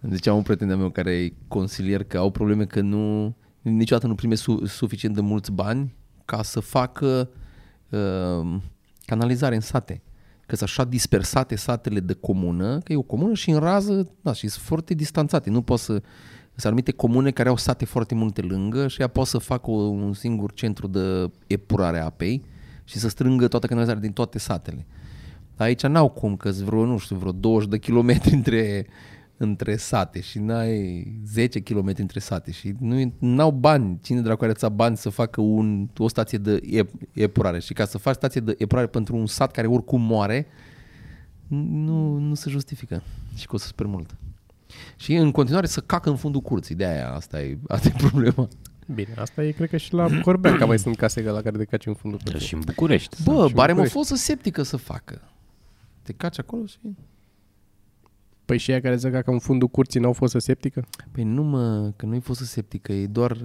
Speaker 2: Îmi zicea un prieten de-a meu care e consilier că au probleme că nu, niciodată nu primesc su- suficient de mulți bani ca să facă uh, canalizare în sate. Că sunt așa dispersate satele de comună, că e o comună și în rază, da, și sunt foarte distanțate. Nu poți să... Sunt anumite comune care au sate foarte multe lângă și ea poate să facă o- un singur centru de epurare a apei și să strângă toată canalizarea din toate satele. Dar aici n-au cum, că vreo, nu știu, vreo 20 de kilometri între, între sate și n-ai 10 km între sate și nu, n-au bani. Cine dracu are ți bani să facă un, o stație de ep- epurare? Și ca să faci stație de epurare pentru un sat care oricum moare, nu, nu se justifică și costă super mult. Și în continuare să cacă în fundul curții, de aia asta e, asta e problema.
Speaker 1: Bine, asta e cred că și la Corbeaca mai sunt case la care te caci în fundul
Speaker 2: Da,
Speaker 4: Dar
Speaker 1: pădurii.
Speaker 4: și în București.
Speaker 2: Bă,
Speaker 1: și
Speaker 2: barem o
Speaker 1: București.
Speaker 2: fosă septică să facă. Te caci acolo și...
Speaker 1: Păi și ea care se cacă în fundul curții n-au fost septică?
Speaker 2: Păi nu mă, că nu-i fost septică, e doar,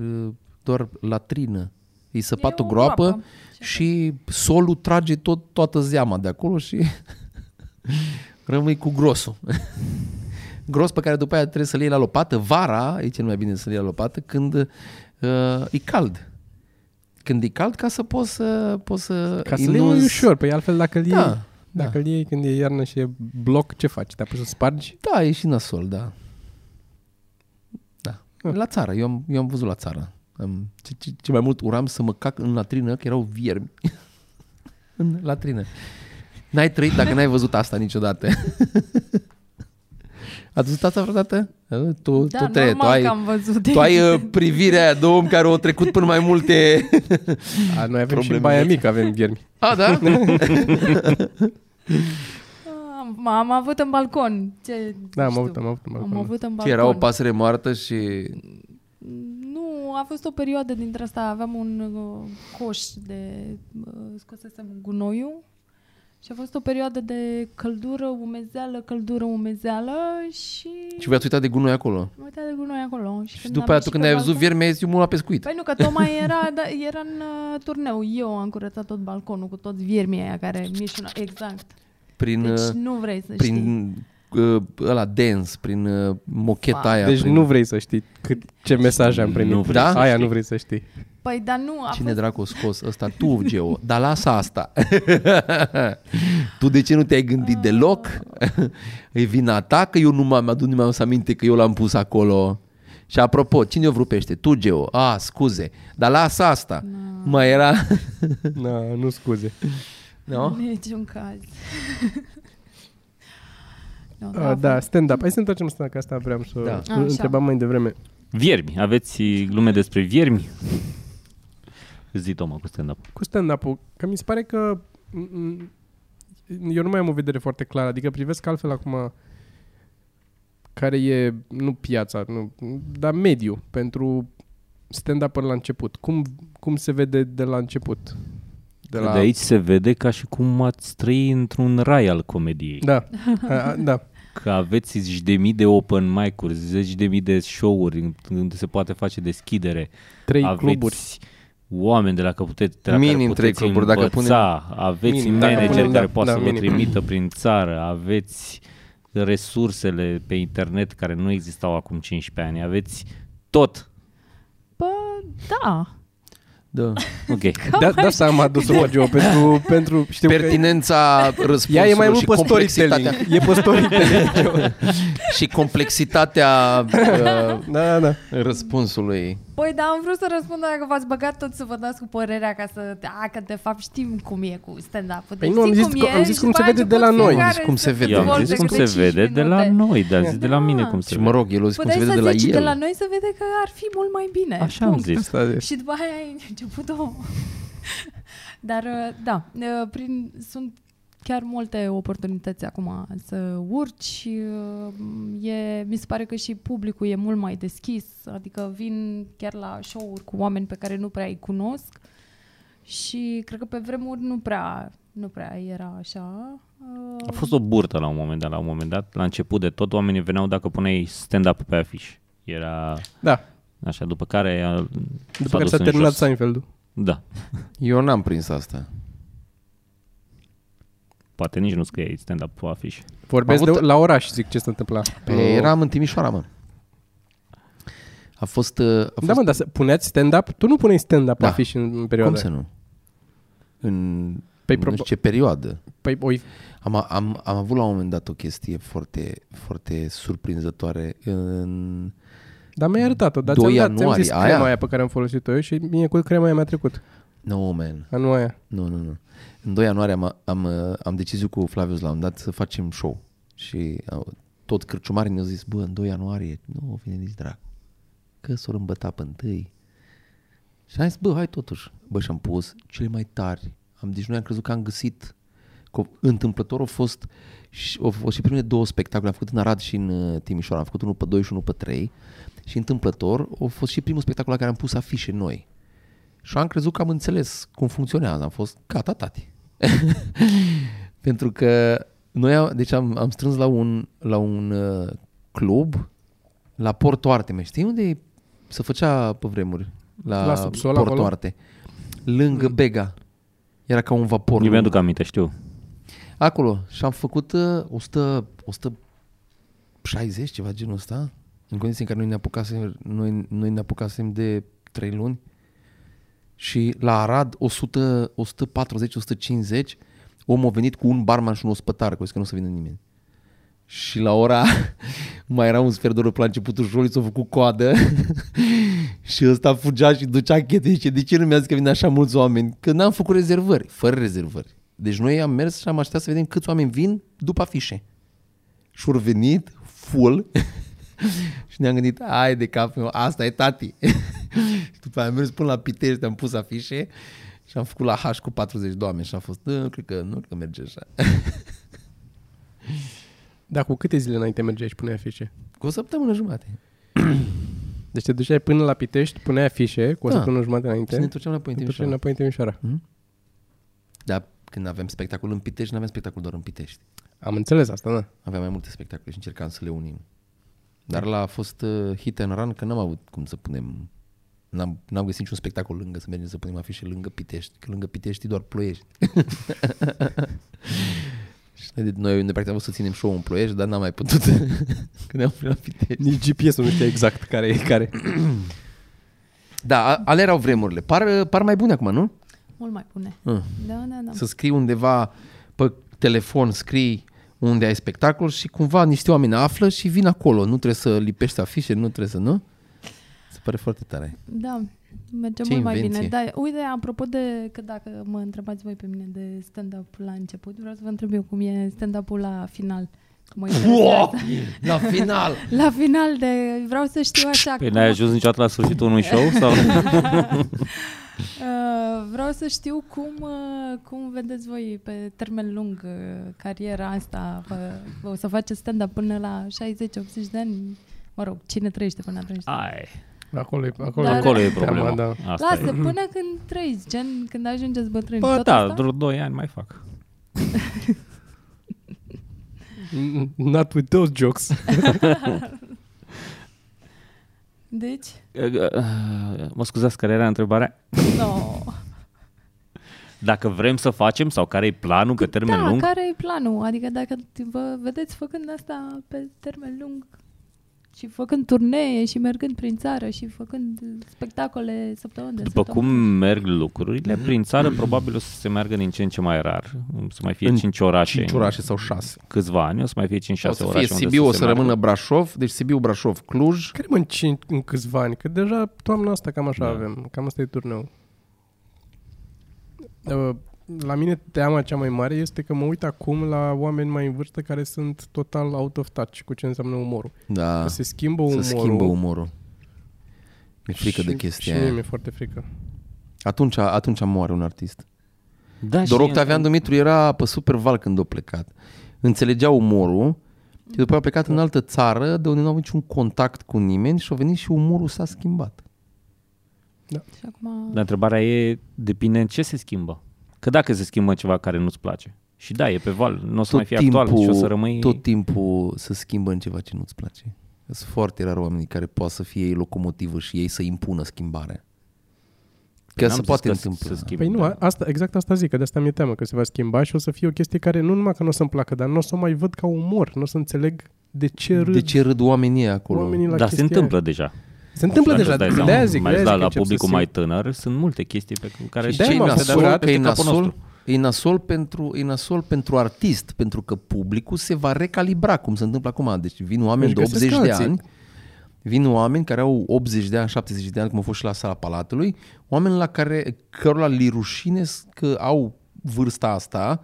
Speaker 2: doar latrină. E săpatul
Speaker 3: o
Speaker 2: groapă,
Speaker 3: groapă.
Speaker 2: groapă și solul trage tot, toată zeama de acolo și rămâi cu grosul. Gros pe care după aia trebuie să-l iei la lopată. Vara e cel mai bine să-l iei la lopată când uh, e cald. Când e cald ca să poți să... Poți să
Speaker 1: Ca să le iei mai
Speaker 2: inunzi-
Speaker 1: ușor, păi altfel dacă îl iei,
Speaker 2: Da,
Speaker 1: da, dacă îl iei când e iarnă și e bloc, ce faci? Te apuci să spargi?
Speaker 2: Da, e și nasol, da. Da.
Speaker 1: Ah.
Speaker 2: La țară, eu am, eu am văzut la țară. Am, ce, ce, ce mai mult uram să mă cac în latrină, că erau viermi. în latrină. N-ai trăit dacă n-ai văzut asta niciodată. Ați văzut asta vreodată? Hă? Tu,
Speaker 3: da,
Speaker 2: tu, trebuie, tu
Speaker 3: normal
Speaker 2: ai,
Speaker 3: că am văzut.
Speaker 2: tu ai uh, privirea aia de om care o trecut până mai multe...
Speaker 1: A, noi avem și
Speaker 2: Probleme.
Speaker 1: în Baia Mică, avem viermi.
Speaker 2: A, da?
Speaker 3: Am, am avut în balcon. Ce,
Speaker 1: Da, am
Speaker 3: știu.
Speaker 1: avut, am avut. Am avut.
Speaker 3: Am avut în
Speaker 2: Ce,
Speaker 3: balcon.
Speaker 2: era o pasăre moartă și...
Speaker 3: Nu, a fost o perioadă dintre asta, aveam un uh, coș de uh, scosesem gunoiul și a fost o perioadă de căldură, umezeală, căldură, umezeală și...
Speaker 2: Și v-ați uitat de gunoi acolo.
Speaker 3: Mă uitam de gunoi acolo. Și,
Speaker 2: Și după aia tu când ai văzut viermi, ai zis, eu mă la pescuit.
Speaker 3: Păi nu, că tocmai era, da, era în uh, turneu. Eu am curățat tot balconul cu toți viermii aia care mișună. Exact.
Speaker 2: Prin...
Speaker 3: Deci
Speaker 2: uh,
Speaker 3: nu vrei să știi.
Speaker 2: prin uh, ăla dens, prin uh, mocheta
Speaker 3: Pa.
Speaker 2: aia.
Speaker 1: Deci
Speaker 2: prin...
Speaker 1: nu vrei să știi cât, ce mesaj am primit. Da?
Speaker 4: Nu
Speaker 2: vrei să
Speaker 1: Aia
Speaker 4: știi.
Speaker 1: nu vrei să știi.
Speaker 3: Păi, dar nu, a
Speaker 2: Cine
Speaker 3: fost...
Speaker 2: dracu a scos ăsta? Tu, Geo. Dar lasă asta. tu de ce nu te-ai gândit
Speaker 3: Ah.
Speaker 2: deloc? e vina ta că eu nu m-am adus nimeni să aminte că eu l-am pus acolo. Și apropo, cine o vrupește? Tu, Geo. A, scuze. Dar lasă asta.
Speaker 3: uh,
Speaker 2: Mai era...
Speaker 1: Na, nu scuze.
Speaker 2: no?
Speaker 3: În niciun caz. no,
Speaker 1: Da,
Speaker 3: a
Speaker 1: da
Speaker 3: fost-
Speaker 1: stand-up. Hai să întoarcem la stand-up, că asta vreau să
Speaker 2: Da.
Speaker 1: da.
Speaker 3: Așa.
Speaker 1: întrebam mai devreme.
Speaker 4: Viermi. Aveți uh, glume despre viermi? Zi, Toma, cu stand-up.
Speaker 1: cu stand-up-ul, că mi se pare că m- m- eu nu mai am o vedere foarte clară, adică privesc altfel acum care e, nu piața, nu, dar mediu pentru stand-up la început. Cum, cum se vede de la început?
Speaker 4: De, la... de aici se vede ca și cum ați trăi într-un rai al comediei.
Speaker 1: Da, a, a, da.
Speaker 4: Că aveți zeci de mii de open mic-uri, zeci de mii de show-uri unde se poate face deschidere.
Speaker 1: Trei
Speaker 4: aveți
Speaker 1: cluburi.
Speaker 4: oameni de la care puteți, de la
Speaker 2: Minim
Speaker 4: care
Speaker 2: trei
Speaker 4: puteți
Speaker 2: cluburi, dacă
Speaker 4: învăța, aveți
Speaker 1: Minim, dacă
Speaker 4: manager
Speaker 1: punem,
Speaker 4: care
Speaker 1: da,
Speaker 4: poate
Speaker 1: da,
Speaker 4: să vă
Speaker 1: minim.
Speaker 4: trimită prin țară, aveți resursele pe internet care nu existau acum 15 ani, aveți tot.
Speaker 3: Bă, da.
Speaker 2: Da.
Speaker 4: Ok.
Speaker 1: De, de asta am adus o Geo, pentru, pentru știu că
Speaker 2: Pertinența
Speaker 1: ea
Speaker 2: răspunsului
Speaker 1: e mai mult
Speaker 2: și
Speaker 1: pe storytelling.
Speaker 2: complexitatea,
Speaker 1: E pe storytelling. Geo.
Speaker 2: și complexitatea uh,
Speaker 1: da, da, da.
Speaker 2: răspunsului.
Speaker 3: Păi da, am vrut să răspund dacă v-ați băgat tot să vă dați cu părerea ca să... A, că de fapt știm cum e cu stand-up-ul. Deci
Speaker 1: Păi nu, am zis
Speaker 3: cum
Speaker 1: că-
Speaker 3: e
Speaker 1: am zis
Speaker 3: și
Speaker 1: cum se
Speaker 3: după aia
Speaker 1: vede de la
Speaker 3: început
Speaker 1: noi.
Speaker 3: fiecare
Speaker 2: Am zis cum se
Speaker 3: să
Speaker 2: vede.
Speaker 4: Eu am
Speaker 3: dezvolte
Speaker 4: zis cum se
Speaker 3: câte 15
Speaker 4: vede de la
Speaker 3: minute.
Speaker 4: noi, dar zis de la mine cum se
Speaker 2: Și mă
Speaker 4: vede.
Speaker 2: rog, el a zis cum se
Speaker 3: Puteai
Speaker 2: vede
Speaker 3: să
Speaker 2: de la
Speaker 3: zici de
Speaker 2: el.
Speaker 3: la noi se vede că ar fi mult mai bine.
Speaker 4: Așa am
Speaker 3: Punct.
Speaker 4: zis.
Speaker 1: Asta e.
Speaker 3: Și după aia ai început o... Dar, uh, da, uh, prin, sunt chiar multe oportunități acum să urci. uh, E, mi se pare că și publicul e mult mai deschis, adică vin chiar la show-uri cu oameni pe care nu prea îi cunosc și cred că pe vremuri nu prea, nu prea era așa. Uh,
Speaker 4: A fost o burtă la un moment dat, la un moment dat, la început de tot, oamenii veneau dacă puneai stand-up pe afiș. Era
Speaker 1: Da.
Speaker 4: așa, după care a,
Speaker 1: După care s-a terminat Seinfeld-ul.
Speaker 4: Da,
Speaker 2: Eu n-am prins asta.
Speaker 4: poate nici nu scrie stand-up pe afiș.
Speaker 1: Vorbesc
Speaker 2: Am avut- Păi,
Speaker 1: de, la oraș, zic ce se întâmpla.
Speaker 2: Pe, eram în Timișoara, mă. A fost... uh, A fost
Speaker 1: Da, mă, dar să puneți stand-up? Tu nu puneai stand-up
Speaker 2: Da.
Speaker 1: da. afiș în, în perioada
Speaker 2: cum să nu? În
Speaker 1: Păi,
Speaker 2: nu știu
Speaker 1: proba-
Speaker 2: ce perioadă.
Speaker 1: Păi, oi,
Speaker 2: Am, am, am avut la un moment dat o chestie foarte, foarte surprinzătoare în...
Speaker 1: dar mi-ai arătat-o, dar
Speaker 2: 2
Speaker 1: ți-am dat, ți-am
Speaker 2: ianuarie,
Speaker 1: zis
Speaker 2: aia?
Speaker 1: crema aia pe care am folosit-o eu și mie cu crema aia mi-a trecut.
Speaker 2: No, man.
Speaker 1: A, nu aia.
Speaker 2: Nu, nu, nu. În 2 ianuarie am, am, uh, am decis eu cu Flavius la un moment dat să facem show. Și uh, tot cârciumarii ne-au zis, bă, în 2 ianuarie, nu vine nici drag. Că s-au îmbătat pe întâi. Și am zis, bă, hai totuși. Bă, și-am pus cele mai tari. Am, deci noi am crezut că am găsit. Că întâmplător au fost, și, au fost și primele două spectacole. Am făcut în Arad și în uh, Timișoara. Am făcut unul pe 2 și unul pe 3. Și întâmplător au fost și primul spectacol la care am pus afișe noi. Și am crezut că am înțeles cum funcționează. Am fost gata, tati. Pentru că noi am, deci am, am strâns la un, la un uh, club la Porto Arteme. Știi unde e? se făcea pe vremuri? La,
Speaker 1: La subsol,
Speaker 2: Porto
Speaker 1: acolo?
Speaker 2: Arte. Lângă Bega. Era ca un vapor.
Speaker 4: Eu
Speaker 2: lung.
Speaker 4: mi-aduc aminte, știu.
Speaker 2: Acolo. Și am făcut uh, 100, 160, ceva genul ăsta, în condiții în care noi ne apucasem, noi, noi ne apucasem de 3 luni. Și la Arad, 100, 140, 150, omul a venit cu un barman și un ospătar, că zis că nu o să vină nimeni. Și la ora mai era un sfert de oră până la începutul jocului, s-a făcut coadă și ăsta fugea și ducea chete și de ce nu mi-a zis că vin așa mulți oameni? Că n-am făcut rezervări, fără rezervări. Deci noi am mers și am așteptat să vedem câți oameni vin după afișe. Și au venit full și ne-am gândit, ai de cap, meu, asta e tati. și după aia am mers până la Pitești, am pus afișe și am făcut la H cu 40 de oameni și am fost, "Ă, nu cred că, nu cred că merge așa.
Speaker 1: Dar cu câte zile înainte mergeai și puneai afișe?
Speaker 2: Cu o săptămână jumate.
Speaker 1: Deci te duceai până la Pitești, puneai afișe cu o
Speaker 2: Da.
Speaker 1: săptămână jumătate înainte.
Speaker 2: Și ne întorceam înapoi în
Speaker 1: te duceai
Speaker 2: Timișoara. Mm.
Speaker 1: înapoi în Timișoara.
Speaker 2: Dar când aveam spectacol în Pitești, nu aveam spectacol doar în Pitești.
Speaker 1: Am înțeles asta, da.
Speaker 2: Aveam mai multe spectacole și încercam să le unim. Dar la a fost uh, hit and run că n-am avut cum să punem... N-am, n-am găsit niciun spectacol lângă să mergem să punem afișe lângă Pitești. Că lângă Pitești e doar ploiești. și noi, noi de practic am vrut să ținem show în ploiești, dar n-am mai putut. că ne-am oprit la Pitești.
Speaker 1: Nici GPS-ul nu știa exact care e care.
Speaker 2: Da, a- ale erau vremurile. Par, par mai bune acum, nu?
Speaker 3: Mult mai bune.
Speaker 2: Mm.
Speaker 3: Da, da, da.
Speaker 2: Să scrii undeva pe telefon, scrii unde ai spectacol și cumva niște oameni află și vin acolo. Nu trebuie să lipești afișe, nu trebuie să, nu? Se pare foarte tare.
Speaker 3: Da, merge
Speaker 2: Ce
Speaker 3: mult mai
Speaker 2: invenție.
Speaker 3: bine. Da, uite, apropo de că dacă mă întrebați voi pe mine de stand-up la început, vreau să vă întreb eu cum e stand-up-ul la final. Că mă interesează.
Speaker 2: La final!
Speaker 3: la final de vreau să știu așa
Speaker 4: Păi
Speaker 3: cum-
Speaker 4: n-ai ajuns niciodată la sfârșitul unui show? sau?
Speaker 3: Uh, vreau să știu cum, uh, cum vedeți voi pe termen lung uh, cariera asta. Uh, o să faceți stand-up până la 60-80 de ani? Mă rog, cine trăiește până la 30?
Speaker 4: Ai,
Speaker 1: Acolo e, acolo,
Speaker 3: Dar-
Speaker 4: acolo e
Speaker 1: Teama,
Speaker 4: problema.
Speaker 1: da.
Speaker 4: Asta
Speaker 3: Lasă,
Speaker 4: e.
Speaker 3: până când trăiți, gen când ajungeți bătrâni.
Speaker 4: Bă,
Speaker 3: tot
Speaker 4: da,
Speaker 3: asta?
Speaker 4: doar 2 ani mai fac.
Speaker 1: N- Not with those jokes.
Speaker 3: Deci?
Speaker 4: Ă, Mă scuzați, care era întrebarea?
Speaker 3: No.
Speaker 4: Dacă vrem să facem sau care e planul pe termen
Speaker 3: da,
Speaker 4: lung?
Speaker 3: care e planul? Adică dacă t- vă vedeți făcând asta pe termen lung, Și făcând turnee și mergând prin țară și făcând spectacole săptămâni de
Speaker 4: După cum
Speaker 3: săptămâni.
Speaker 4: merg lucrurile, prin țară probabil o să se meargă din ce în ce mai rar. O să mai fie
Speaker 2: În
Speaker 4: 5 orașe.
Speaker 2: Cinci orașe sau șase.
Speaker 4: Câțiva ani, o să mai fie 5-6
Speaker 2: O
Speaker 4: orașe.
Speaker 2: să fie
Speaker 4: unde
Speaker 2: Sibiu, o să
Speaker 4: meargă.
Speaker 2: rămână Brașov, deci Sibiu, Brașov, Cluj.
Speaker 1: Cred mă în, cin- în câțiva ani, că deja toamna asta cam așa da. avem, cam asta e turneul. Uh, La mine teama cea mai mare este că mă uit acum la oameni mai în vârstă care sunt total out of touch cu ce înseamnă umorul.
Speaker 2: Da,
Speaker 1: Că se schimbă
Speaker 2: să
Speaker 1: umorul.
Speaker 2: schimbă umorul. Mi-e frică
Speaker 1: și,
Speaker 2: de
Speaker 1: Și
Speaker 2: chestia
Speaker 1: mie
Speaker 2: aia.
Speaker 1: mi-e foarte frică.
Speaker 2: Atunci, atunci moare un artist.
Speaker 4: Da, și
Speaker 2: Doar
Speaker 4: e-
Speaker 2: Octavian Dumitru era pe super val când a plecat. Înțelegea umorul și după a plecat
Speaker 4: Da.
Speaker 2: în altă țară de unde nu au niciun contact cu nimeni și a venit și umorul s-a schimbat.
Speaker 3: Și acum...
Speaker 4: Dar
Speaker 2: Da.
Speaker 4: întrebarea e, depinde în ce se schimbă. Că dacă se schimbă ceva care nu-ți place. Și da, e pe val, nu o să mai fie actual și o să rămâi...
Speaker 2: tot timpul să schimbă în ceva ce nu-ți place. Sunt foarte rar oamenii care poate să fie ei locomotivă și ei să impună schimbarea. Că
Speaker 4: Păi N-am
Speaker 2: se
Speaker 4: zis
Speaker 2: poate
Speaker 4: că da.
Speaker 2: întâmpla.
Speaker 4: Să schimbi,
Speaker 1: Păi nu, a- asta, exact asta zic, că de asta mi-e teamă că se va schimba și o să fie o chestie care nu numai că nu o să-mi placă, dar nu o să o mai văd ca umor, nu o să înțeleg de ce râd
Speaker 2: De ce râd oamenii ăia acolo?
Speaker 1: oamenii la
Speaker 4: Dar se
Speaker 1: chestia
Speaker 4: întâmplă deja.
Speaker 1: aia. Se întâmplă
Speaker 4: Dacă
Speaker 1: deja, de
Speaker 4: îți dai seama,
Speaker 1: aia zic.
Speaker 4: mai
Speaker 1: de aia zic că
Speaker 4: ales da, la
Speaker 1: încep să
Speaker 4: publicul
Speaker 1: simt.
Speaker 4: mai tânăr, sunt multe chestii pe care
Speaker 2: Și
Speaker 1: de-aia
Speaker 2: ce e
Speaker 1: m-am
Speaker 2: nasol,
Speaker 1: supărat
Speaker 2: că e
Speaker 4: peste capul
Speaker 2: nasol,
Speaker 4: nostru.
Speaker 2: e nasol pentru, e nasol pentru artist, pentru că publicul se va recalibra, cum se întâmplă acum. Deci vin oameni
Speaker 1: Își
Speaker 2: de 80
Speaker 1: găsesc
Speaker 2: de
Speaker 1: alții.
Speaker 2: ani, vin oameni care au 80 de ani, 70 de ani, cum au fost și la sala Palatului, oameni la care, cărora li rușine s- că au vârsta asta,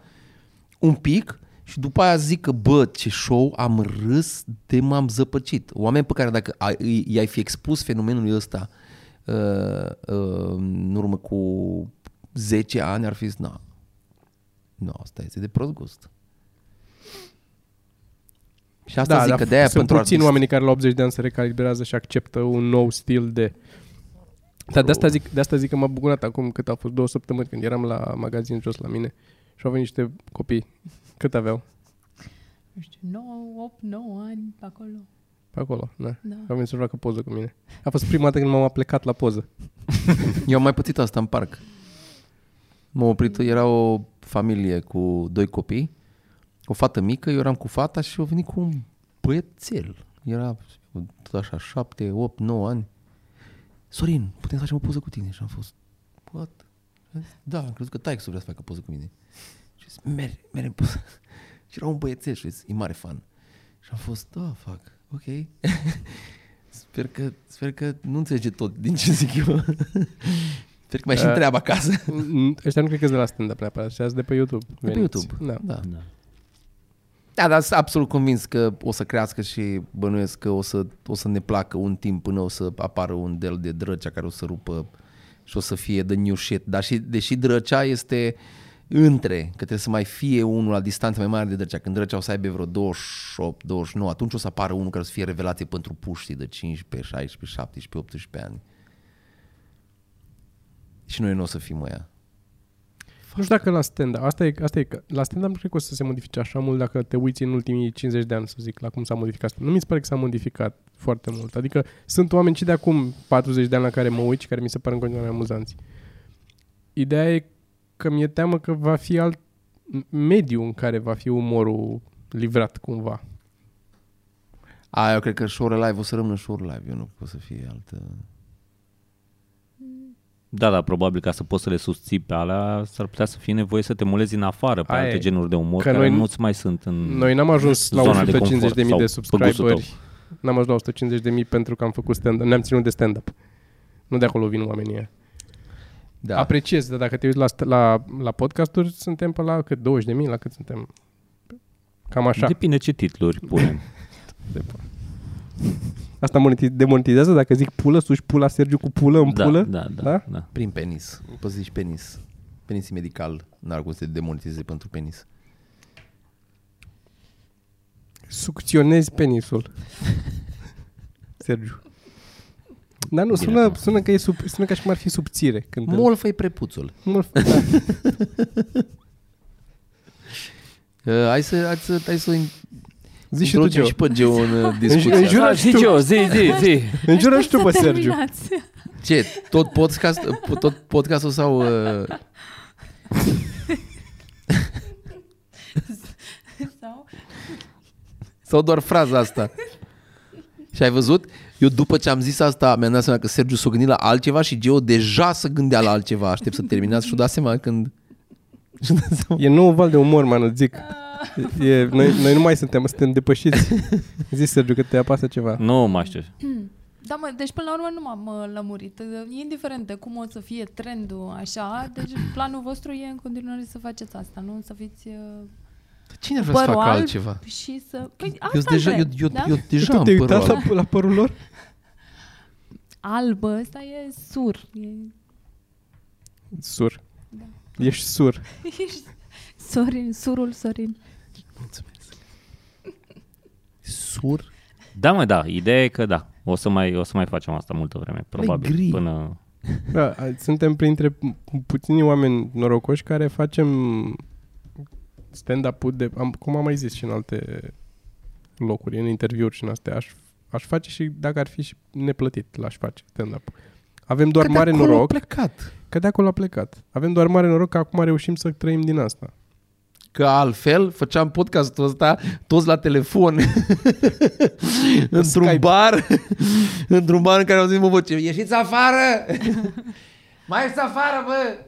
Speaker 2: un pic, și după aia zic că, bă, ce show, am râs de m-am zăpăcit. Oameni pe care dacă ai- îi- i-ai fi expus fenomenului ăsta uh, uh, în urmă cu 10 ani, ar fi zis, na, nu, asta este de prost gust. Și asta da, zic
Speaker 1: dar
Speaker 2: că de-aia
Speaker 1: sunt
Speaker 2: pentru
Speaker 1: puțini
Speaker 2: artist.
Speaker 1: oamenii care la 80 de ani se recalibrează și acceptă un nou stil de... Dar de asta, zic, de asta zic că m-a bucurat acum cât a fost două săptămâni când eram la magazin jos la mine și au venit niște copii. Cât aveau?
Speaker 3: Nu știu, 9, 8, 9 ani pe acolo.
Speaker 1: Pe acolo, da.
Speaker 3: Da.
Speaker 1: Au venit să facă poză cu mine. A fost prima dată când m-am aplecat la poză.
Speaker 2: Eu am mai pățit asta în parc. M-am oprit, era o familie cu doi copii, o fată mică, eu eram cu fata și eu venit cu un băiețel. Era tot așa, șapte, opt, nouă ani. Sorin, putem să facem o poză cu tine? Și am fost, what? Da, am crezut că taică vrea să facă poză cu mine. Și zis, mere, mere în poză. Și era un băiețel și zis, e mare fan. Și am fost, da, fac, ok. sper, că, sper că nu înțelege tot din ce zic eu. sper că mai și
Speaker 1: Da.
Speaker 2: întreabă acasă.
Speaker 1: Mm, Ăștia nu cred că sunt de la stand-up neapărat, ăștia sunt de pe YouTube.
Speaker 2: De pe
Speaker 1: Veniți.
Speaker 2: YouTube.
Speaker 1: Da.
Speaker 2: Da.
Speaker 4: Da.
Speaker 2: Da, dar sunt absolut convins că o să crească și bănuiesc că o să, o să ne placă un timp până o să apară un del de drăcea care o să rupă și o să fie de new shit. Dar și, deși drăcea este între, că trebuie să mai fie unul la distanță mai mare de drăcea. Când drăcea o să aibă vreo 28, 29, atunci o să apară unul care o să fie revelație pentru puștii de 15, 16, 17, 18 ani. Și noi nu o să fim ăia.
Speaker 1: Nu știu dacă la stand-up, asta e, asta e că la stand-up nu cred că o să se modifice așa mult dacă te uiți în ultimii 50 de ani, să zic, la cum s-a modificat. stand-up. Nu mi se pare că s-a modificat foarte mult. Adică sunt oameni și de acum 40 de ani la care mă uit și care mi se par în continuare amuzanți. Ideea e că mi-e teamă că va fi alt mediu în care va fi umorul livrat cumva.
Speaker 2: A, eu cred că show live o să rămână show live. Eu nu cred că o să fie altă...
Speaker 4: Da, dar probabil ca să poți să le susții pe alea, s-ar putea să fie nevoie să te mulezi în afară pe
Speaker 1: Aia
Speaker 4: alte
Speaker 1: e.
Speaker 4: genuri de umor
Speaker 1: Că
Speaker 4: care
Speaker 1: noi-
Speaker 4: nu-ți mai sunt în...
Speaker 1: Noi n-am ajuns la
Speaker 4: Mm. Zona de
Speaker 1: 150.000
Speaker 4: confort
Speaker 1: de,
Speaker 4: sau
Speaker 1: de
Speaker 4: pe gustul
Speaker 1: subscriberi. N-am ajuns la 150.000 pentru că am făcut stand-up. Ne-am ținut de stand-up. Nu de acolo vin oamenii ăia. Da.
Speaker 2: Da.
Speaker 1: Apreciez, dar dacă te uiți la, st- la, la podcasturi, suntem pe la cât? 20 de mii? La cât suntem? Cam așa.
Speaker 4: Depinde ce titluri punem.
Speaker 1: Asta moneti- demonetizează dacă zic pulă, suși pula Sergiu cu pulă în pulă?
Speaker 4: Da, da, da.
Speaker 1: Da?
Speaker 4: da.
Speaker 2: Prin penis. Poți să zici penis. Penis medical. N-ar cum să te demonetizeze pentru penis.
Speaker 1: Sucționezi penisul. Sergiu. Dar nu,
Speaker 4: Bine,
Speaker 1: sună,
Speaker 4: acum.
Speaker 1: sună, că e sub, sună ca și cum ar fi subțire. Când îl-
Speaker 2: Molfă e prepuțul.
Speaker 1: Mult. Da.
Speaker 2: Uh, hai să, hai să, hai să
Speaker 1: Zi și tu,
Speaker 2: introducem
Speaker 1: Geo.
Speaker 2: și pe Geo în uh,
Speaker 1: În
Speaker 2: discuția.
Speaker 1: jur-
Speaker 4: Da,
Speaker 1: Jură
Speaker 4: zi,
Speaker 1: tu.
Speaker 4: Gio, zi, zi, zi.
Speaker 1: Înjură și tu pe
Speaker 3: Să
Speaker 1: Sergiu.
Speaker 3: terminați.
Speaker 2: Ce? Tot, podcast, tot podcastul sau... Uh,
Speaker 3: Sau
Speaker 2: sau doar fraza asta? Și ai văzut? Eu după ce am zis asta, mi-am dat seama că Sergiu s-a gândit la altceva și Geo deja se gândea la altceva. Aștept să terminați și-o dat seama când... și-o dat seama.
Speaker 1: E nou val de umor, man, îți zic. E, noi, noi nu mai suntem, suntem depășiți. Zi, Sergiu, că te apasă ceva.
Speaker 4: Nu mai știu.
Speaker 3: Da, mă, deci până la urmă nu m-am uh, lămurit. Indiferent de cum o să fie trendul așa, deci planul vostru e în continuare să faceți asta, nu? Să fiți uh,
Speaker 2: Cine vrea să
Speaker 3: părul
Speaker 2: facă
Speaker 3: alb
Speaker 2: altceva?
Speaker 3: și să... Păi
Speaker 2: Eu
Speaker 3: asta
Speaker 2: deja, eu,
Speaker 3: vrem,
Speaker 2: eu,
Speaker 3: da?
Speaker 2: eu deja
Speaker 1: tu
Speaker 2: am
Speaker 1: te-ai
Speaker 2: părul
Speaker 1: uitat
Speaker 2: alb.
Speaker 1: la, la părul lor?
Speaker 3: Albă, asta e sur. E,
Speaker 1: Sur. Ești sur.
Speaker 3: ești Sorin, surul Sorin.
Speaker 2: Sur?
Speaker 4: Da, mă, da. Ideea e că da. O să mai, o să mai facem asta multă vreme,
Speaker 1: Păi,
Speaker 4: probabil.
Speaker 2: gri.
Speaker 4: Până...
Speaker 1: Da, a- suntem printre pu- puținii oameni norocoși care facem stand-up-ul de, am, cum am mai zis și în alte locuri, în interviuri și în astea. Aș, aș face și dacă ar fi și neplătit, l-aș face stand-up. Avem doar
Speaker 2: Că de
Speaker 1: mare
Speaker 2: acolo a
Speaker 1: noroc
Speaker 2: plecat.
Speaker 1: că de acolo a plecat. Avem doar mare noroc că acum reușim să trăim din asta.
Speaker 2: Că altfel făceam podcastul ăsta toți la telefon, într-un
Speaker 1: Skype.
Speaker 2: bar, într-un bar în care au zis mă voce, ieșiți afară! Mai ieșiți afară, bă!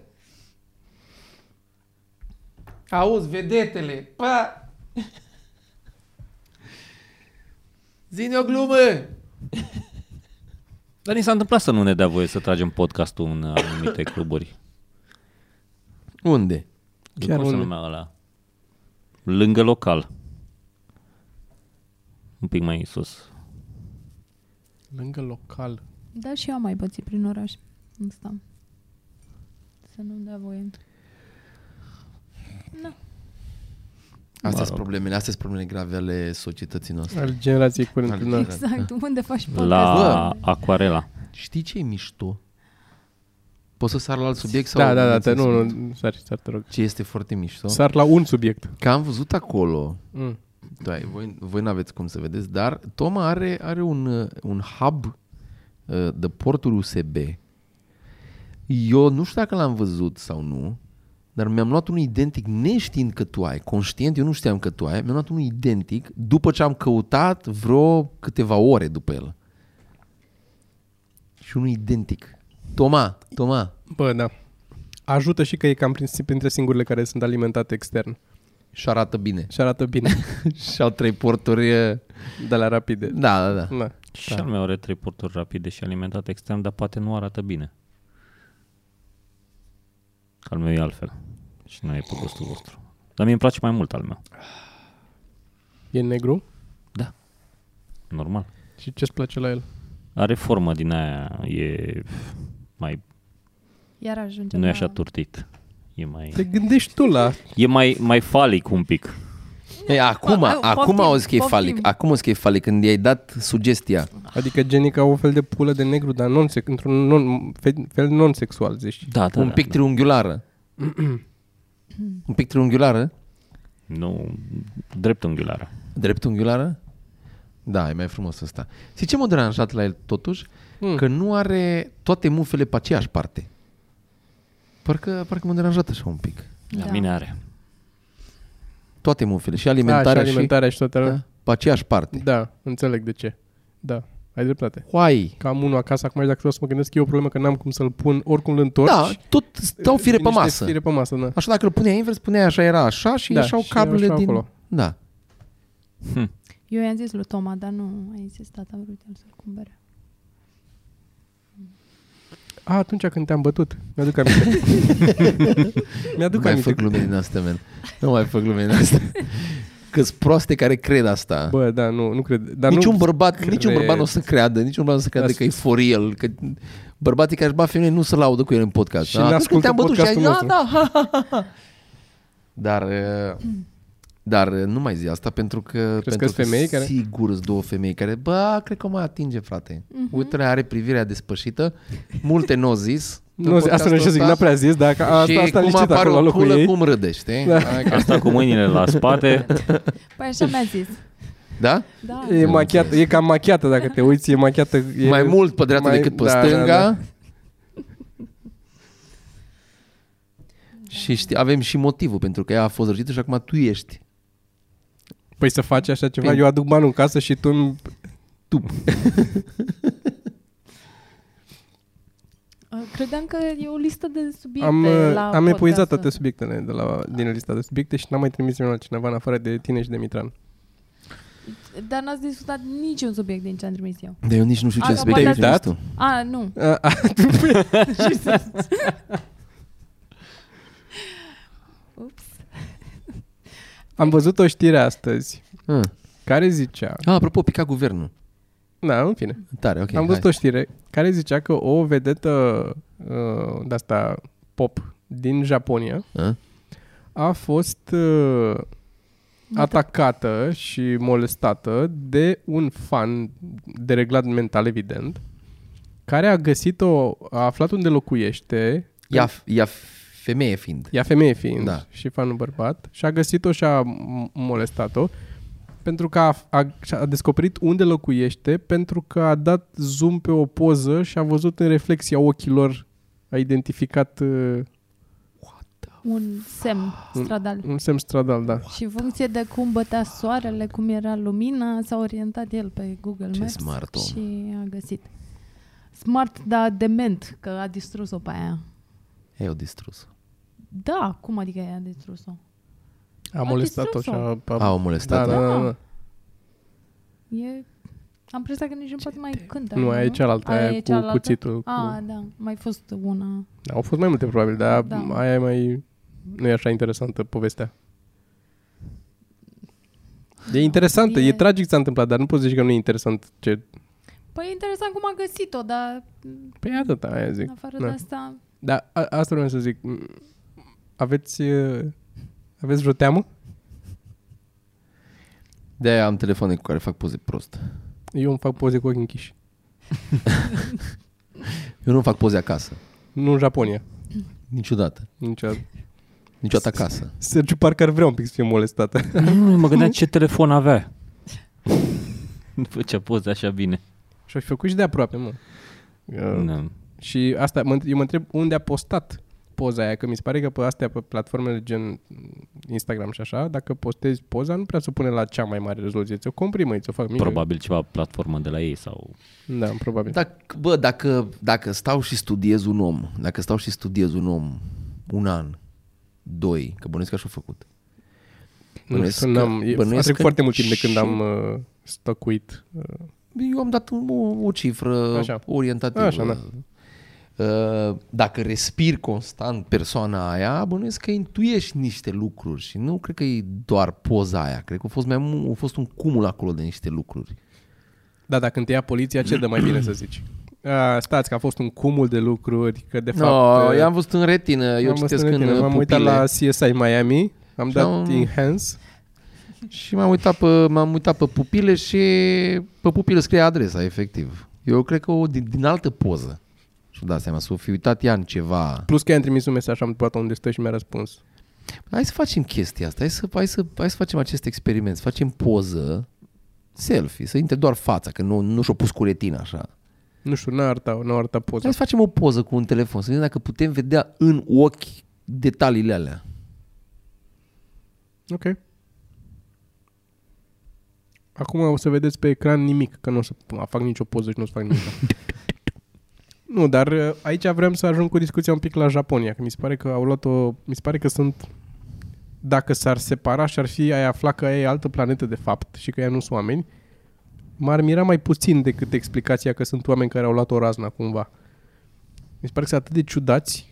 Speaker 2: Auzi, vedetele, pa! Zine o glumă!
Speaker 4: Dar ni s-a întâmplat să nu ne dea voie să tragem podcastul în uh, anumite cluburi.
Speaker 2: Unde?
Speaker 1: Chiar
Speaker 4: Cum se
Speaker 1: unde?
Speaker 4: numea ăla? Lângă local. Un pic mai sus.
Speaker 1: Lângă local.
Speaker 3: Da, și eu am mai pățit prin oraș. Asta. Să nu-mi dea voie.
Speaker 2: Astea
Speaker 4: Mă
Speaker 2: sunt
Speaker 4: rog.
Speaker 2: problemele, astea sunt problemele grave ale societății noastre.
Speaker 1: Al generației curente.
Speaker 2: Al-
Speaker 1: Da.
Speaker 3: Exact, unde faci podcast?
Speaker 4: La Aquarela.
Speaker 2: Știi ce e mișto? Poți să sar la alt subiect? Sau
Speaker 1: da, da, da, te, nu, nu, sar, sar, te rog.
Speaker 2: Ce este foarte mișto?
Speaker 1: Sar la un subiect.
Speaker 2: Că am văzut acolo,
Speaker 1: Mm.
Speaker 2: da, voi, voi n-aveți cum să vedeți, dar Toma are, are un, uh, un hub uh, de porturi USB. Eu nu știu dacă l-am văzut sau nu, dar mi-am luat unul identic neștiind că tu ai, conștient, eu nu știam că tu ai, mi-am luat unul identic după ce am căutat vreo câteva ore după el. Și unul identic. Toma, Toma,
Speaker 1: Bă, da. Ajută și că e cam prin- printre singurele care sunt alimentate extern.
Speaker 2: și arată bine.
Speaker 1: Și arată bine.
Speaker 2: și au trei porturi. uh,
Speaker 1: de la rapide.
Speaker 2: Da, da, da.
Speaker 1: Da.
Speaker 4: Și al meu are trei porturi rapide și alimentat extern, dar poate nu arată bine. Al meu e altfel. Și nu e pe gustul vostru. Dar mie îmi place mai mult al meu.
Speaker 1: E negru?
Speaker 4: Normal.
Speaker 1: Și ce-ți place la el?
Speaker 4: Are formă din aia, e mai,
Speaker 3: Iar ajungem
Speaker 4: nu e
Speaker 3: la...
Speaker 4: așa turtit. E mai,
Speaker 1: Te gândești tu la...
Speaker 4: e mai, mai falic un pic.
Speaker 2: Ei, acum,
Speaker 3: Da, Poftim,
Speaker 2: acum auzi că e
Speaker 3: poftim.
Speaker 2: falic. Acum auzi că e falic când i-ai dat sugestia.
Speaker 1: Adică genii ca o fel de pulă de negru, dar non într-un non, fe- fel non-sexual, zici.
Speaker 4: Da, da,
Speaker 2: un pic
Speaker 4: da.
Speaker 2: triunghiulară. un pic triunghiulară?
Speaker 4: Nu, dreptunghiulară.
Speaker 2: Dreptunghiulară? Da, e mai frumos ăsta. Și ce m-a deranjat la el totuși?
Speaker 1: Mm.
Speaker 2: Că nu are toate mufele pe aceeași parte. Parcă, parcă m-a deranjat așa un pic.
Speaker 4: La
Speaker 3: Da.
Speaker 4: mine are.
Speaker 2: Toate mufele. Și
Speaker 1: Da, și
Speaker 2: alimentarea și...
Speaker 1: alimentarea și, toate
Speaker 2: da,
Speaker 1: alea.
Speaker 2: pe aceeași parte.
Speaker 1: Da, înțeleg de ce. Da, ai dreptate.
Speaker 2: Hoai.
Speaker 1: Că am unul acasă, acum dacă vreau să mă gândesc, e o problemă că n-am cum să-l pun, oricum îl întorci.
Speaker 2: Da, tot stau fire
Speaker 1: Niște
Speaker 2: pe masă.
Speaker 1: Fire pe masă, da.
Speaker 2: Așa dacă îl puneai invers, puneai așa, era așa și
Speaker 1: Da,
Speaker 2: da, ieșeau
Speaker 1: și
Speaker 2: cablele din...
Speaker 1: ieșeau acolo.
Speaker 2: Da.
Speaker 3: Eu i-am zis lui Toma, dar nu a insistat, a vrut el să-l cumpere.
Speaker 1: A, atunci când te-am bătut. Mi-aduc aminte. Mi-aduc
Speaker 2: Nu mai
Speaker 1: aminte.
Speaker 2: fac glume din astea, man. Nu mai fac glume din astea. că proaste care cred asta. Bă,
Speaker 1: Bă, da, nu, nu cred. Dar
Speaker 2: dar niciun,
Speaker 1: nu,
Speaker 2: bărbat, niciun bărbat nu o să creadă, niciun bărbat nu o să creadă
Speaker 1: Da,
Speaker 2: că e for el, că bărbații care își bat femeie nu se laudă cu el în podcast.
Speaker 1: Și
Speaker 2: Da,
Speaker 1: ne
Speaker 2: atunci când
Speaker 1: ascultă
Speaker 2: te-am bătut și ai zis, da,
Speaker 1: podcastul
Speaker 2: da, ha, ha, ha, ha. Dar, uh, dar uh, nu mai zi asta pentru că, pentru
Speaker 1: sunt femei care-
Speaker 2: sigur sunt două femei care, bă, cred că o mai atinge, frate.
Speaker 1: Mm.
Speaker 2: Uite, are privirea despășită, multe nu n-o zis.
Speaker 1: Nu, asta nu știu să zic, n-a prea zis, dar ca-
Speaker 2: și
Speaker 1: asta, asta
Speaker 2: cum
Speaker 1: licit
Speaker 2: apare
Speaker 1: acolo la
Speaker 2: o
Speaker 1: locul
Speaker 2: pulă,
Speaker 1: ei.
Speaker 2: cum râde, știi?
Speaker 1: Da.
Speaker 2: Hai că-
Speaker 4: Asta cu mâinile la spate,
Speaker 3: Păi așa mi-a zis.
Speaker 2: Da?
Speaker 3: Da,
Speaker 1: E, machiată, e cam machiată dacă te uiți, e machiată. E
Speaker 2: E mai mult pe dreapta
Speaker 1: mai-
Speaker 2: decât pe
Speaker 1: da,
Speaker 2: stânga.
Speaker 1: da, da.
Speaker 2: Și știi, avem și motivul pentru că ea a fost răcită și acum tu ești.
Speaker 1: Păi să faci așa ceva,
Speaker 2: Bine.
Speaker 1: eu aduc banul în casă și tu îmi...
Speaker 2: tup.
Speaker 3: Uh, Credeam că e o listă de subiecte
Speaker 1: Am, uh,
Speaker 3: la
Speaker 1: am epuizat
Speaker 3: podcast. da.
Speaker 1: toate subiectele de la, din lista de subiecte și n-am mai trimis nimeni la cineva în afară de tine și de Mitran.
Speaker 3: Dar n-ați discutat niciun subiect din ce am trimis eu.
Speaker 2: Dar eu nici nu știu ce
Speaker 3: Asta
Speaker 2: subiect
Speaker 3: poate
Speaker 2: ai trimis tu.
Speaker 3: A, nu.
Speaker 1: A, a,
Speaker 3: Ups.
Speaker 1: am văzut o știre astăzi care zicea...
Speaker 2: Ah, apropo, pica guvernul.
Speaker 1: Da, în fine.
Speaker 2: Tare, ok.
Speaker 1: Am văzut
Speaker 2: hai.
Speaker 1: o știre care zicea că o vedetă uh, de asta pop din Japonia
Speaker 2: A?
Speaker 1: a fost uh, atacată și molestată de un fan dereglat mental, evident, care a găsit-o, a aflat unde locuiește,
Speaker 2: Ea, ea femeie fiind.
Speaker 1: ea femeie fiind
Speaker 2: Da.
Speaker 1: și fanul bărbat, și a găsit-o și a m- molestat-o pentru că a, a, și-a descoperit unde locuiește, pentru că a dat zoom pe o poză și a văzut în reflexia ochilor, a identificat uh,
Speaker 3: Un semn stradal.
Speaker 1: un semn stradal, da.
Speaker 3: Și în funcție de cum bătea soarele, cum era lumina, s-a orientat el pe Google
Speaker 2: Ce
Speaker 3: Maps
Speaker 2: smart om.
Speaker 3: și a găsit. Smart, dar dement, că a distrus-o pe aia.
Speaker 2: Ei, o distrus.
Speaker 3: Da, cum adică ea a distrus-o?
Speaker 1: A molestat-o și a... a,
Speaker 2: A, o
Speaker 1: da,
Speaker 2: molestat.
Speaker 1: da, da,
Speaker 3: Da.
Speaker 1: da.
Speaker 3: E... Am impresia că nici nu poate mai cântă.
Speaker 1: Nu, aia e cealaltă, Ah, da. aia,
Speaker 3: e
Speaker 1: cu cuțitul. Cu...
Speaker 3: Ah, da, mai fost una.
Speaker 1: Da, Au fost mai multe, probabil, dar da.
Speaker 3: Da.
Speaker 1: aia e mai... Nu e așa interesantă povestea. E interesantă, e,
Speaker 3: E-
Speaker 1: tragic ce s-a întâmplat, dar nu poți zice că nu e interesant ce...
Speaker 3: Păi e interesant cum a găsit-o, dar
Speaker 1: Păi atâta, aia zic.
Speaker 3: în afară
Speaker 1: Da.
Speaker 3: de asta...
Speaker 1: Dar a, asta vreau să zic. M- Aveți... e, Aveți vreo teamă?
Speaker 2: De-aia am telefoane cu care fac poze prost.
Speaker 1: Eu îmi fac poze cu ochii închiși.
Speaker 2: Eu nu fac poze acasă.
Speaker 1: Nu în Japonia.
Speaker 2: Niciodată.
Speaker 1: Niciodată.
Speaker 2: Niciodată acasă.
Speaker 1: Sergiu parcă ar vrea un pic să fie molestată.
Speaker 4: Nu, mă gândeam ce telefon avea. nu făcea poze așa bine.
Speaker 1: Și-o fi făcut și de aproape, mă. Eu-
Speaker 4: Nu.
Speaker 1: Și asta, mă, eu mă întreb unde a postat poza aia, că mi se pare că pe astea, pe platformele gen Instagram și așa, dacă postezi poza, nu prea se pune la cea mai mare rezoluție. Ți-o comprimă, ți-o fac mică.
Speaker 4: Probabil ceva platformă de la ei sau...
Speaker 1: Da, probabil. Da.
Speaker 2: Dacă, bă, dacă, dacă stau și studiez un om, dacă stau și studiez un om un an, doi, că bănuiesc că așa a făcut.
Speaker 1: Nu
Speaker 2: Bănuiesc
Speaker 1: știu, n-am,
Speaker 2: că-
Speaker 1: e, a
Speaker 2: bănuiesc
Speaker 1: trecut
Speaker 2: că
Speaker 1: foarte mult timp de când
Speaker 2: și-
Speaker 1: am uh, stăcuit. Uh,
Speaker 2: Eu am dat un- o, o cifră
Speaker 1: Așa.
Speaker 2: așa. orientativă.
Speaker 1: Așa, da.
Speaker 2: Uh, Dacă respiri constant persoana aia, bănuiesc că intuiești niște lucruri și nu cred că e doar poza aia. Cred că a fost, mai, mu- a fost un cumul acolo de niște lucruri.
Speaker 1: Da, dacă te ia poliția, ce dă mai bine să zici? Uh, stați, că a fost un cumul de lucruri, că de
Speaker 2: De fapt,
Speaker 1: fapt...
Speaker 2: no,
Speaker 1: uh,
Speaker 2: eu am văzut în retină, eu
Speaker 1: am
Speaker 2: am citesc
Speaker 1: văzut
Speaker 2: în,
Speaker 1: tine,
Speaker 2: pupile
Speaker 1: M-am uitat la CSI Miami, am
Speaker 2: Și
Speaker 1: dat
Speaker 2: am-
Speaker 1: Enhance.
Speaker 2: și m-am uitat, pe, m-am uitat pe pupile și pe pupile scrie adresa, efectiv. Eu cred că o din, din altă poză. Și da seama, s-o fi uitat ea în ceva.
Speaker 1: Plus că i-am trimis un mesaj, am întrebat unde stă și mi-a răspuns.
Speaker 2: Hai să facem chestia asta, hai să, hai să, hai să facem acest experiment, să facem poză, selfie, să intre doar fața, că nu, nu și-o pus cu retina așa.
Speaker 1: Nu știu, n-a arătat, n-a arătat poza.
Speaker 2: Hai să facem o poză cu un telefon, să vedem dacă putem vedea în ochi detaliile alea.
Speaker 1: Ok. Acum o să vedeți pe ecran nimic, că nu o să fac nicio poză și nu o să fac nimic. nu, dar uh, aici vreau să ajung cu discuția un pic la Japonia, că mi se pare că au luat o... Mi se pare că sunt... Dacă s-ar separa și ar fi, ai afla că aia e altă planetă de fapt și că ea nu sunt oameni, m-ar mira mai puțin decât explicația că sunt oameni care au luat o razna cumva. Mi se pare că sunt atât de ciudați.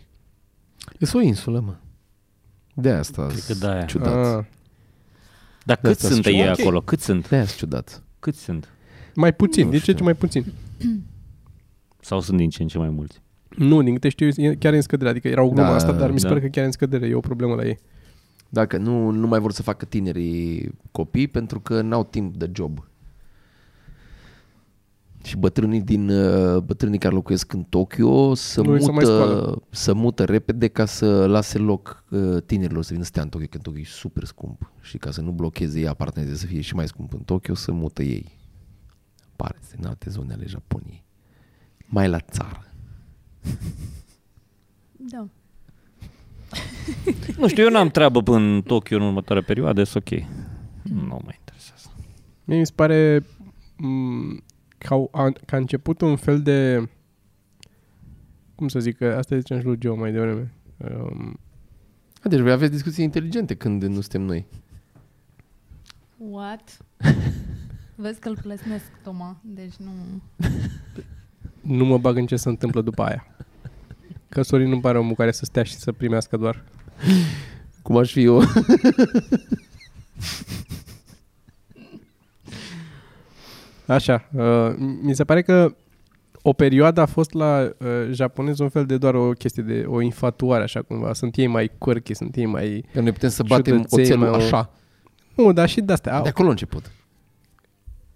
Speaker 2: E o insulă, mă. De asta
Speaker 4: Cred că da, aia.
Speaker 2: ciudați.
Speaker 1: Ah,
Speaker 4: Dar
Speaker 2: De
Speaker 4: cât
Speaker 2: asta
Speaker 4: sunt
Speaker 2: sunt
Speaker 4: ei
Speaker 1: ok.
Speaker 4: acolo? Cât sunt?
Speaker 2: De aia ciudat.
Speaker 4: Cât sunt?
Speaker 1: mai puțin,
Speaker 2: Nu
Speaker 1: de ce
Speaker 2: știu.
Speaker 1: ce mai puțin?
Speaker 4: Sau sunt din ce în ce mai mulți?
Speaker 1: Nu, din câte știu, e chiar în scădere. Adică era o glumă
Speaker 2: Da,
Speaker 1: asta, dar mi se
Speaker 4: da.
Speaker 1: pare că chiar în scădere. E o problemă la ei.
Speaker 2: Dacă nu, nu mai vor să facă tinerii copii pentru că n-au timp de job. Și bătrânii, din, uh, bătrânii care locuiesc în Tokyo să,
Speaker 1: Nu, să mai
Speaker 2: mută,
Speaker 1: scoală.
Speaker 2: să mută repede ca să lase loc uh, tinerilor să vină să stea în Tokyo, că în Tokyo e super scump. Și ca să nu blocheze ei apartenente să fie și mai scump în Tokyo, să mută ei. Pare, în alte zone ale Japoniei. Mai la țară.
Speaker 3: Da.
Speaker 4: Nu știu, eu n-am treabă până în Tokyo în următoarea perioadă, e ok. Nu mă interesează.
Speaker 1: Mie mi se pare... M- că au, a, că a început un fel de, cum să zic, că asta ziceam și lui Joe mai devreme, um,
Speaker 2: A, deci voi aveți discuții inteligente când nu suntem noi.
Speaker 3: What? Vezi că îl plăsnesc, Toma, deci nu...
Speaker 1: nu mă bag în ce se întâmplă după aia. Că Sorin nu pare omul care să stea și să primească doar.
Speaker 2: Cum aș fi eu.
Speaker 1: Așa, uh, mi se pare că o perioadă a fost la uh, japonez un fel de doar o chestie de o infatuare, așa cumva. Sunt ei mai quirky, sunt ei mai...
Speaker 2: Că noi putem să batem
Speaker 1: Ciudăței,
Speaker 2: oțelul
Speaker 1: mă.
Speaker 2: așa.
Speaker 1: Nu, dar și de-astea. Au,
Speaker 2: De acolo a început.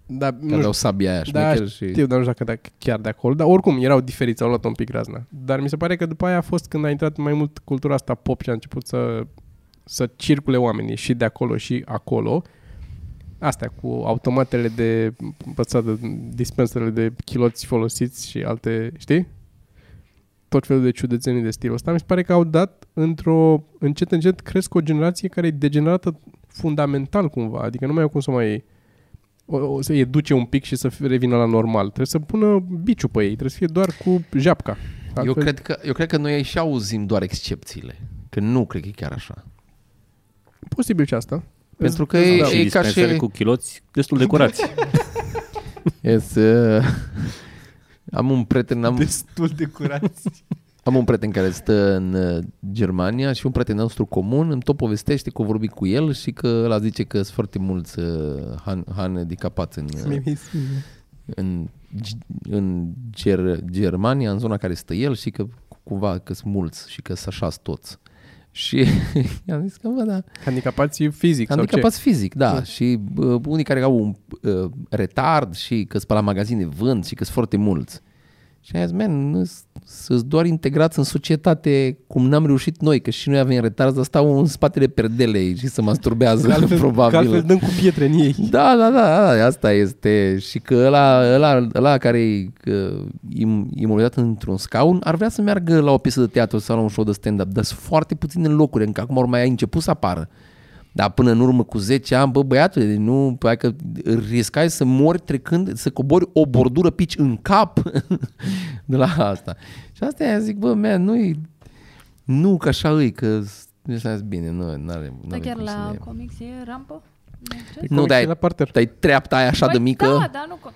Speaker 1: dar,
Speaker 2: Că
Speaker 1: nu
Speaker 2: aveau sabia aia
Speaker 1: da,
Speaker 2: șmecher și...
Speaker 1: știu, dar nu știu dacă dacă chiar de acolo. Dar oricum, erau diferiți, au luat un pic razna. Dar mi se pare că după aia a fost când a intrat mai mult cultura asta pop și a început să, să circule oamenii și de acolo și acolo. Astea cu automatele de pățată, dispenserele de chiloți folosiți și alte, știi? Tot felul de ciudățenii de stilul ăsta. Mi se pare că au dat într-o... Încet, încet cresc o generație care e degenerată fundamental cumva. Adică nu mai au cum să mai o, o să educe un pic și să fie- revină la normal. Trebuie să pună biciu pe ei, trebuie să fie doar cu japca.
Speaker 2: Eu
Speaker 1: Altfel-
Speaker 2: cred, că, eu cred că noi și auzim doar excepțiile. Că nu cred că e chiar așa.
Speaker 1: Posibil și asta.
Speaker 2: Pentru că
Speaker 4: Ei,
Speaker 2: e,
Speaker 4: Sau și
Speaker 2: e ca
Speaker 4: dispensere
Speaker 2: Păi, și...
Speaker 4: cu chiloți destul de curați.
Speaker 2: Yes, uh, am un
Speaker 1: Da.
Speaker 2: prieten, am,
Speaker 1: Destul de curați.
Speaker 2: am un prieten care stă în uh, Germania și un prieten nostru comun îmi tot povestește că a vorbit cu el și că ăla zice că sunt foarte mulți uh, han, handicapați în, uh, în, G- în Ger- Germania, în zona care stă el și că cumva că sunt mulți și că sunt așa toți. Și i-am zis că, bă, da,
Speaker 1: Handicapații fizic sau ce?
Speaker 2: Handicapați fizic, da. Și bă, unii care au un uh, retard și că sunt pe la magazine vând și că sunt foarte mulți. Și ai zis, man, nu s- să-ți doar integrați în societate cum n-am reușit noi, că și noi avem retard, dar stau în spatele perdelei și se masturbează,
Speaker 1: Că altfel,
Speaker 2: probabil.
Speaker 1: Că altfel dăm cu pietre în ei.
Speaker 2: Da, da, da, da, asta este. Și că ăla, ăla, ăla care e că, im- imobilizat într-un scaun ar vrea să meargă la o piesă de teatru sau la un show de stand-up, dar sunt foarte puține locuri, încă acum ori mai ai început să apară. Dar până în urmă cu 10 ani, bă, băiatule, deci nu, păi, că riscai să mori trecând, să cobori o bordură pici în cap de la asta. Și asta e, zic, bă, man, nu-i, nu că așa îi, că nu știu, bine, nu, n-are,
Speaker 3: Dar
Speaker 2: n-are
Speaker 3: chiar
Speaker 2: cum să
Speaker 3: la
Speaker 2: ne-
Speaker 3: comics e rampă? De acces?
Speaker 2: Nu, dar
Speaker 1: dai.
Speaker 2: ai-
Speaker 1: Păi La parter.
Speaker 2: dar e treapta aia așa de
Speaker 3: Păi
Speaker 2: mică.
Speaker 3: Da, dar nu... co-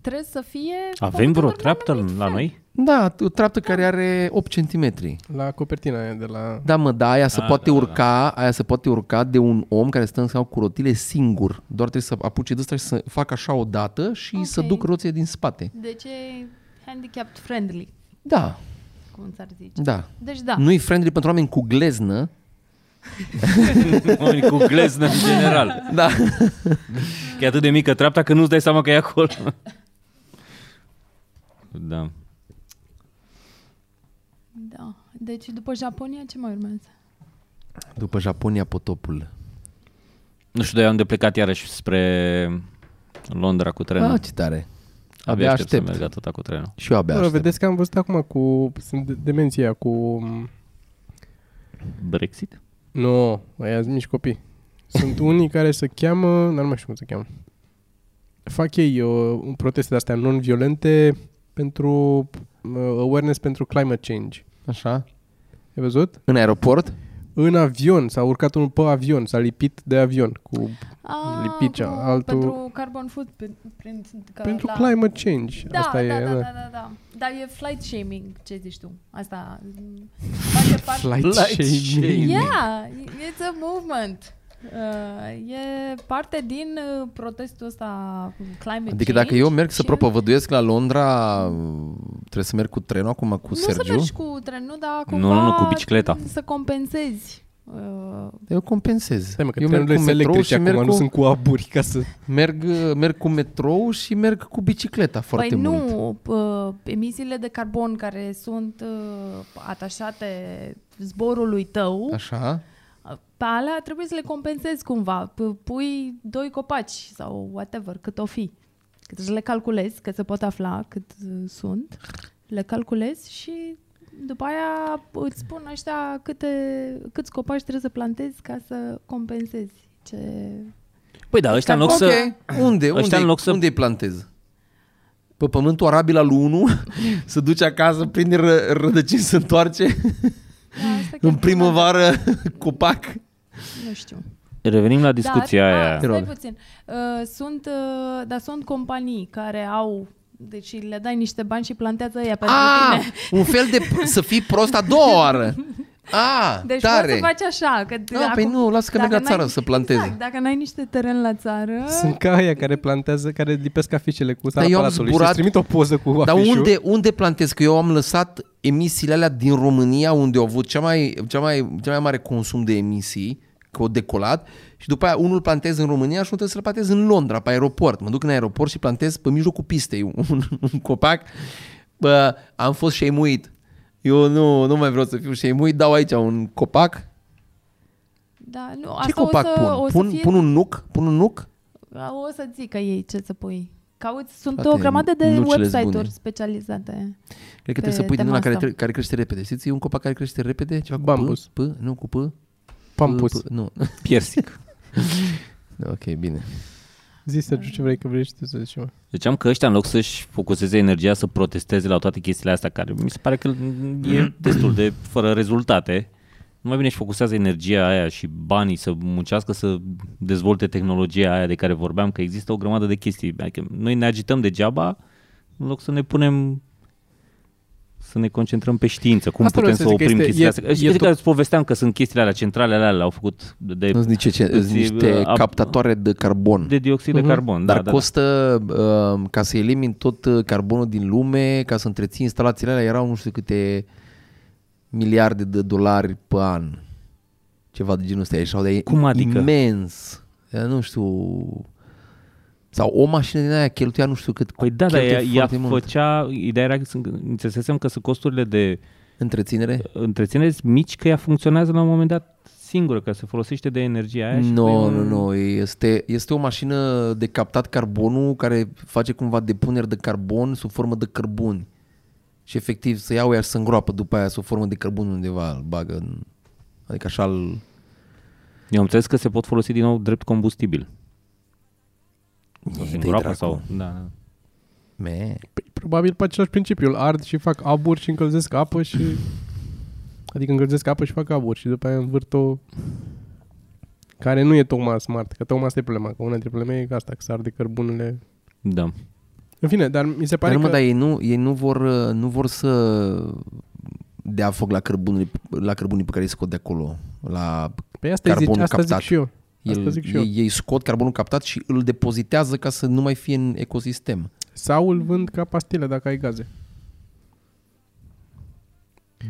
Speaker 3: Trebuie să fie...
Speaker 4: Avem vreo
Speaker 3: făcută
Speaker 4: treaptă
Speaker 3: într-un
Speaker 4: la
Speaker 3: anumit fel.
Speaker 4: noi?
Speaker 2: Da, o treaptă care are 8 cm.
Speaker 1: La copertina aia de la...
Speaker 2: Da, mă, da, aia se
Speaker 4: Ah,
Speaker 2: poate
Speaker 4: da, da,
Speaker 2: urca, aia se poate urca de un om care stă în scaun cu rotile singur. Doar trebuie să apuce de ăsta și să facă așa o dată și
Speaker 3: Ok.
Speaker 2: să duc roțile din spate.
Speaker 3: Deci e handicapped friendly,
Speaker 2: Da,
Speaker 3: cum s-ar zice.
Speaker 2: da.
Speaker 3: Deci da.
Speaker 2: da. Nu-i friendly pentru oameni cu gleznă.
Speaker 4: Oamenii cu gleznă în general.
Speaker 2: Da.
Speaker 4: Că E atât de mică treapta că nu-ți dai seama că e acolo. Da.
Speaker 3: Da. Deci după Japonia ce mai urmează?
Speaker 2: După Japonia, potopul.
Speaker 4: Nu știu, dar eu am de plecat iarăși spre Londra cu trenul.
Speaker 2: Ah, ce tare.
Speaker 4: Abia
Speaker 2: Abia
Speaker 4: aștept, să merg
Speaker 2: aștept.
Speaker 4: atâta cu trenul.
Speaker 2: Și eu abia
Speaker 1: Bă,
Speaker 2: aștept.
Speaker 1: vedeți că am văzut acum cu... Sunt de- demenția cu...
Speaker 4: Brexit?
Speaker 1: Nu, aia sunt mici copii. Sunt unii care se cheamă, dar nu mai știu cum se cheamă. Fac ei uh, un proteste de astea non-violente pentru uh, awareness pentru climate change.
Speaker 2: Așa.
Speaker 1: Ai văzut?
Speaker 2: În aeroport?
Speaker 1: În avion, s-a urcat unul pe avion, s-a lipit de avion cu
Speaker 3: Da, A,
Speaker 1: Lipicea,
Speaker 3: cu-
Speaker 1: altul-
Speaker 3: Pentru carbon footprint. Că,
Speaker 1: pentru
Speaker 3: da.
Speaker 1: climate change.
Speaker 3: Da,
Speaker 1: Asta
Speaker 3: da,
Speaker 1: e.
Speaker 3: da, da, da, da, da. Dar e flight shaming, ce zici tu? Asta m, face parte...
Speaker 1: Flight
Speaker 2: Flight
Speaker 1: shaming.
Speaker 2: shaming.
Speaker 3: Yeah, it's a movement. Uh, e parte din uh, protestul ăsta cu climate
Speaker 2: Adică
Speaker 3: change
Speaker 2: dacă eu merg să
Speaker 3: și-
Speaker 2: propovăduiesc la Londra, trebuie să merg cu trenul acum cu
Speaker 3: nu să
Speaker 2: Sergiu?
Speaker 3: mergi cu trenul, dar
Speaker 4: Nu,
Speaker 3: cumva
Speaker 4: nu, nu, cu bicicleta.
Speaker 3: Să compensezi. Uh,
Speaker 2: Eu compensez.
Speaker 1: Stai mă, că
Speaker 2: eu merg
Speaker 1: trenurile
Speaker 2: cu
Speaker 1: sunt
Speaker 2: metrou și
Speaker 1: electrice
Speaker 2: merg
Speaker 1: acum,
Speaker 2: cu...
Speaker 1: nu sunt cu aburi ca să...
Speaker 2: Merg, merg cu metrou și merg cu bicicleta foarte
Speaker 3: păi
Speaker 2: mult.
Speaker 3: nu, uh, emisiile de carbon care sunt uh, atașate zborului tău, uh,
Speaker 2: Așa?
Speaker 3: pe alea trebuie să le compensezi cumva. P- Pui doi copaci sau whatever, cât o fi. Cât să le calculezi, că se pot afla cât uh, sunt. Le calculezi și după aia îți spun ăștia câte, câți copaci trebuie să plantezi ca să compensezi ce...
Speaker 4: Păi da, ăștia în loc
Speaker 2: ok,
Speaker 4: să...
Speaker 2: unde,
Speaker 4: Ăștia
Speaker 2: unde,
Speaker 4: în loc să-
Speaker 2: unde îi plantez? pe pământul arabil al 1, se duce acasă, prinde ră- rădăcini, se întoarce
Speaker 3: Da, asta chiar
Speaker 2: în primăvară copac.
Speaker 3: Nu știu.
Speaker 4: Revenim la discuția
Speaker 2: Da.
Speaker 3: dar,
Speaker 4: aia.
Speaker 3: A, stai puțin. Uh, sunt, uh, dar sunt companii care au deci le dai niște bani și plantează ea pentru
Speaker 2: A,
Speaker 3: tine.
Speaker 2: Ah! un fel de să fii prost a doua oară. A,
Speaker 3: Deci
Speaker 2: tare.
Speaker 3: poți să faci așa. Că
Speaker 2: Da, păi nu, lasă că
Speaker 3: dacă
Speaker 2: merg la
Speaker 3: n-ai-
Speaker 2: țară să planteze.
Speaker 3: Exact, dacă n-ai niște teren la țară...
Speaker 1: Sunt ca aia care plantează, care lipesc afișele cu sala
Speaker 2: eu am
Speaker 1: palatului
Speaker 2: zburat-
Speaker 1: și trimit o poză cu
Speaker 2: Dar
Speaker 1: afișul.
Speaker 2: unde, unde plantez? Că eu am lăsat emisiile alea din România, unde au avut cea mai, cea mai, cea mai mare consum de emisii, că au decolat, și după aia unul plantez în România și unul trebuie să-l plantez în Londra, pe aeroport. Mă duc în aeroport și plantez pe mijlocul pistei un, un copac. Bă, am fost șeimuit. Eu nu, nu mai vreau să fiu șeimuit, dau aici un copac.
Speaker 3: Da, nu,
Speaker 2: Ce
Speaker 3: asta
Speaker 2: copac
Speaker 3: o să,
Speaker 2: pun?
Speaker 3: O să
Speaker 2: Pun,
Speaker 3: fie,
Speaker 2: pun un nuc? Pun un nuc?
Speaker 3: O să zică ei ce să pui. Cauți, sunt
Speaker 2: Toate
Speaker 3: o grămadă de
Speaker 2: nucele-s bune.
Speaker 3: website-uri specializate.
Speaker 2: Cred că
Speaker 3: Pe
Speaker 2: trebuie să pui din
Speaker 3: tema
Speaker 2: ăla care,
Speaker 3: asta.
Speaker 2: tre- care crește repede. Știți, e un copac care crește repede? Ceva cu
Speaker 1: Bambus.
Speaker 2: P? P? Nu, cu P? P,
Speaker 1: Pampus.
Speaker 2: P, nu.
Speaker 4: Piersic.
Speaker 2: Ok, bine.
Speaker 1: Zi, Sergiu, ce vrei că vrei și tu să zici, mă.
Speaker 4: Ziceam că ăștia, în loc să-și focuseze energia să protesteze la toate chestiile astea, care mi se pare că
Speaker 2: Mm.
Speaker 4: e destul de fără rezultate, mai bine își focusează energia aia și banii să muncească, să dezvolte tehnologia aia de care vorbeam, că există o grămadă de chestii. Adică noi ne agităm degeaba în loc să ne punem să ne concentrăm pe știință, cum
Speaker 1: Asta
Speaker 4: putem să
Speaker 1: vreau să zic că
Speaker 4: oprim
Speaker 1: este-
Speaker 4: chestiile
Speaker 1: e-
Speaker 4: astea. Și
Speaker 1: e
Speaker 4: cred că
Speaker 1: to-
Speaker 4: îți povesteam că sunt chestiile alea centrale, alea le-au făcut de,
Speaker 2: Nu nici ce,
Speaker 4: îți-
Speaker 2: sunt niște
Speaker 4: ap-
Speaker 2: captatoare de carbon.
Speaker 4: de dioxid de carbon.
Speaker 2: Mhm. dar
Speaker 4: da, da, da.
Speaker 2: costă, uh, ca să elimini tot uh, carbonul din lume, ca să întreții instalațiile alea, erau nu știu câte miliarde de dolari pe an. Ceva de genul ăsta. Ieșeau de
Speaker 4: Cum adică?
Speaker 2: imens. Eh, Nu știu... Sau o mașină din aia cheltuia nu știu cât.
Speaker 4: Păi da, dar
Speaker 2: cheltuie
Speaker 4: ea, ea
Speaker 2: foarte mult.
Speaker 4: făcea, ideea era că sunt- înțelesesem că sunt costurile de
Speaker 2: Întreținere?
Speaker 4: întreținere sunt mici, că ea funcționează la un moment dat singură, că se folosește de energia aia. și păi,
Speaker 2: Nu,
Speaker 4: un-
Speaker 2: nu, nu. Este, este o mașină de captat carbonul care face cumva depuneri de carbon sub formă de cărbuni. Și efectiv să iau iar să îngroapă după aia sub formă de cărbun undeva, îl bagă în... Adică așa îl...
Speaker 4: Eu am înțeles că se pot folosi din nou drept combustibil. Sau
Speaker 2: Ei,
Speaker 4: se
Speaker 2: dă-i
Speaker 4: îngroapă
Speaker 2: dracu.
Speaker 4: sau... Da, da.
Speaker 2: Me.
Speaker 1: Păi, probabil pe același principiu. Îl ard și fac aburi și încălzesc apă și... Adică încălzesc apă și fac aburi și după aia învârt-o care nu e tocmai smart, că tocmai asta e problema, că una dintre probleme e asta, că se arde cărbunele.
Speaker 4: da.
Speaker 1: În fine, dar mi se pare
Speaker 2: Dar, mă,
Speaker 1: că...
Speaker 2: dar ei, nu, ei nu, vor, uh, nu vor să dea foc la cărbunii, la cărbunii pe care îi scot de acolo. La
Speaker 1: Păi asta, zic,
Speaker 2: carbonul
Speaker 1: asta zic
Speaker 2: captat.
Speaker 1: și eu. Asta
Speaker 2: el,
Speaker 1: zic și eu.
Speaker 2: ei, ei scot carbonul captat și îl depozitează ca să nu mai fie în ecosistem.
Speaker 1: Sau îl vând ca pastile dacă ai gaze.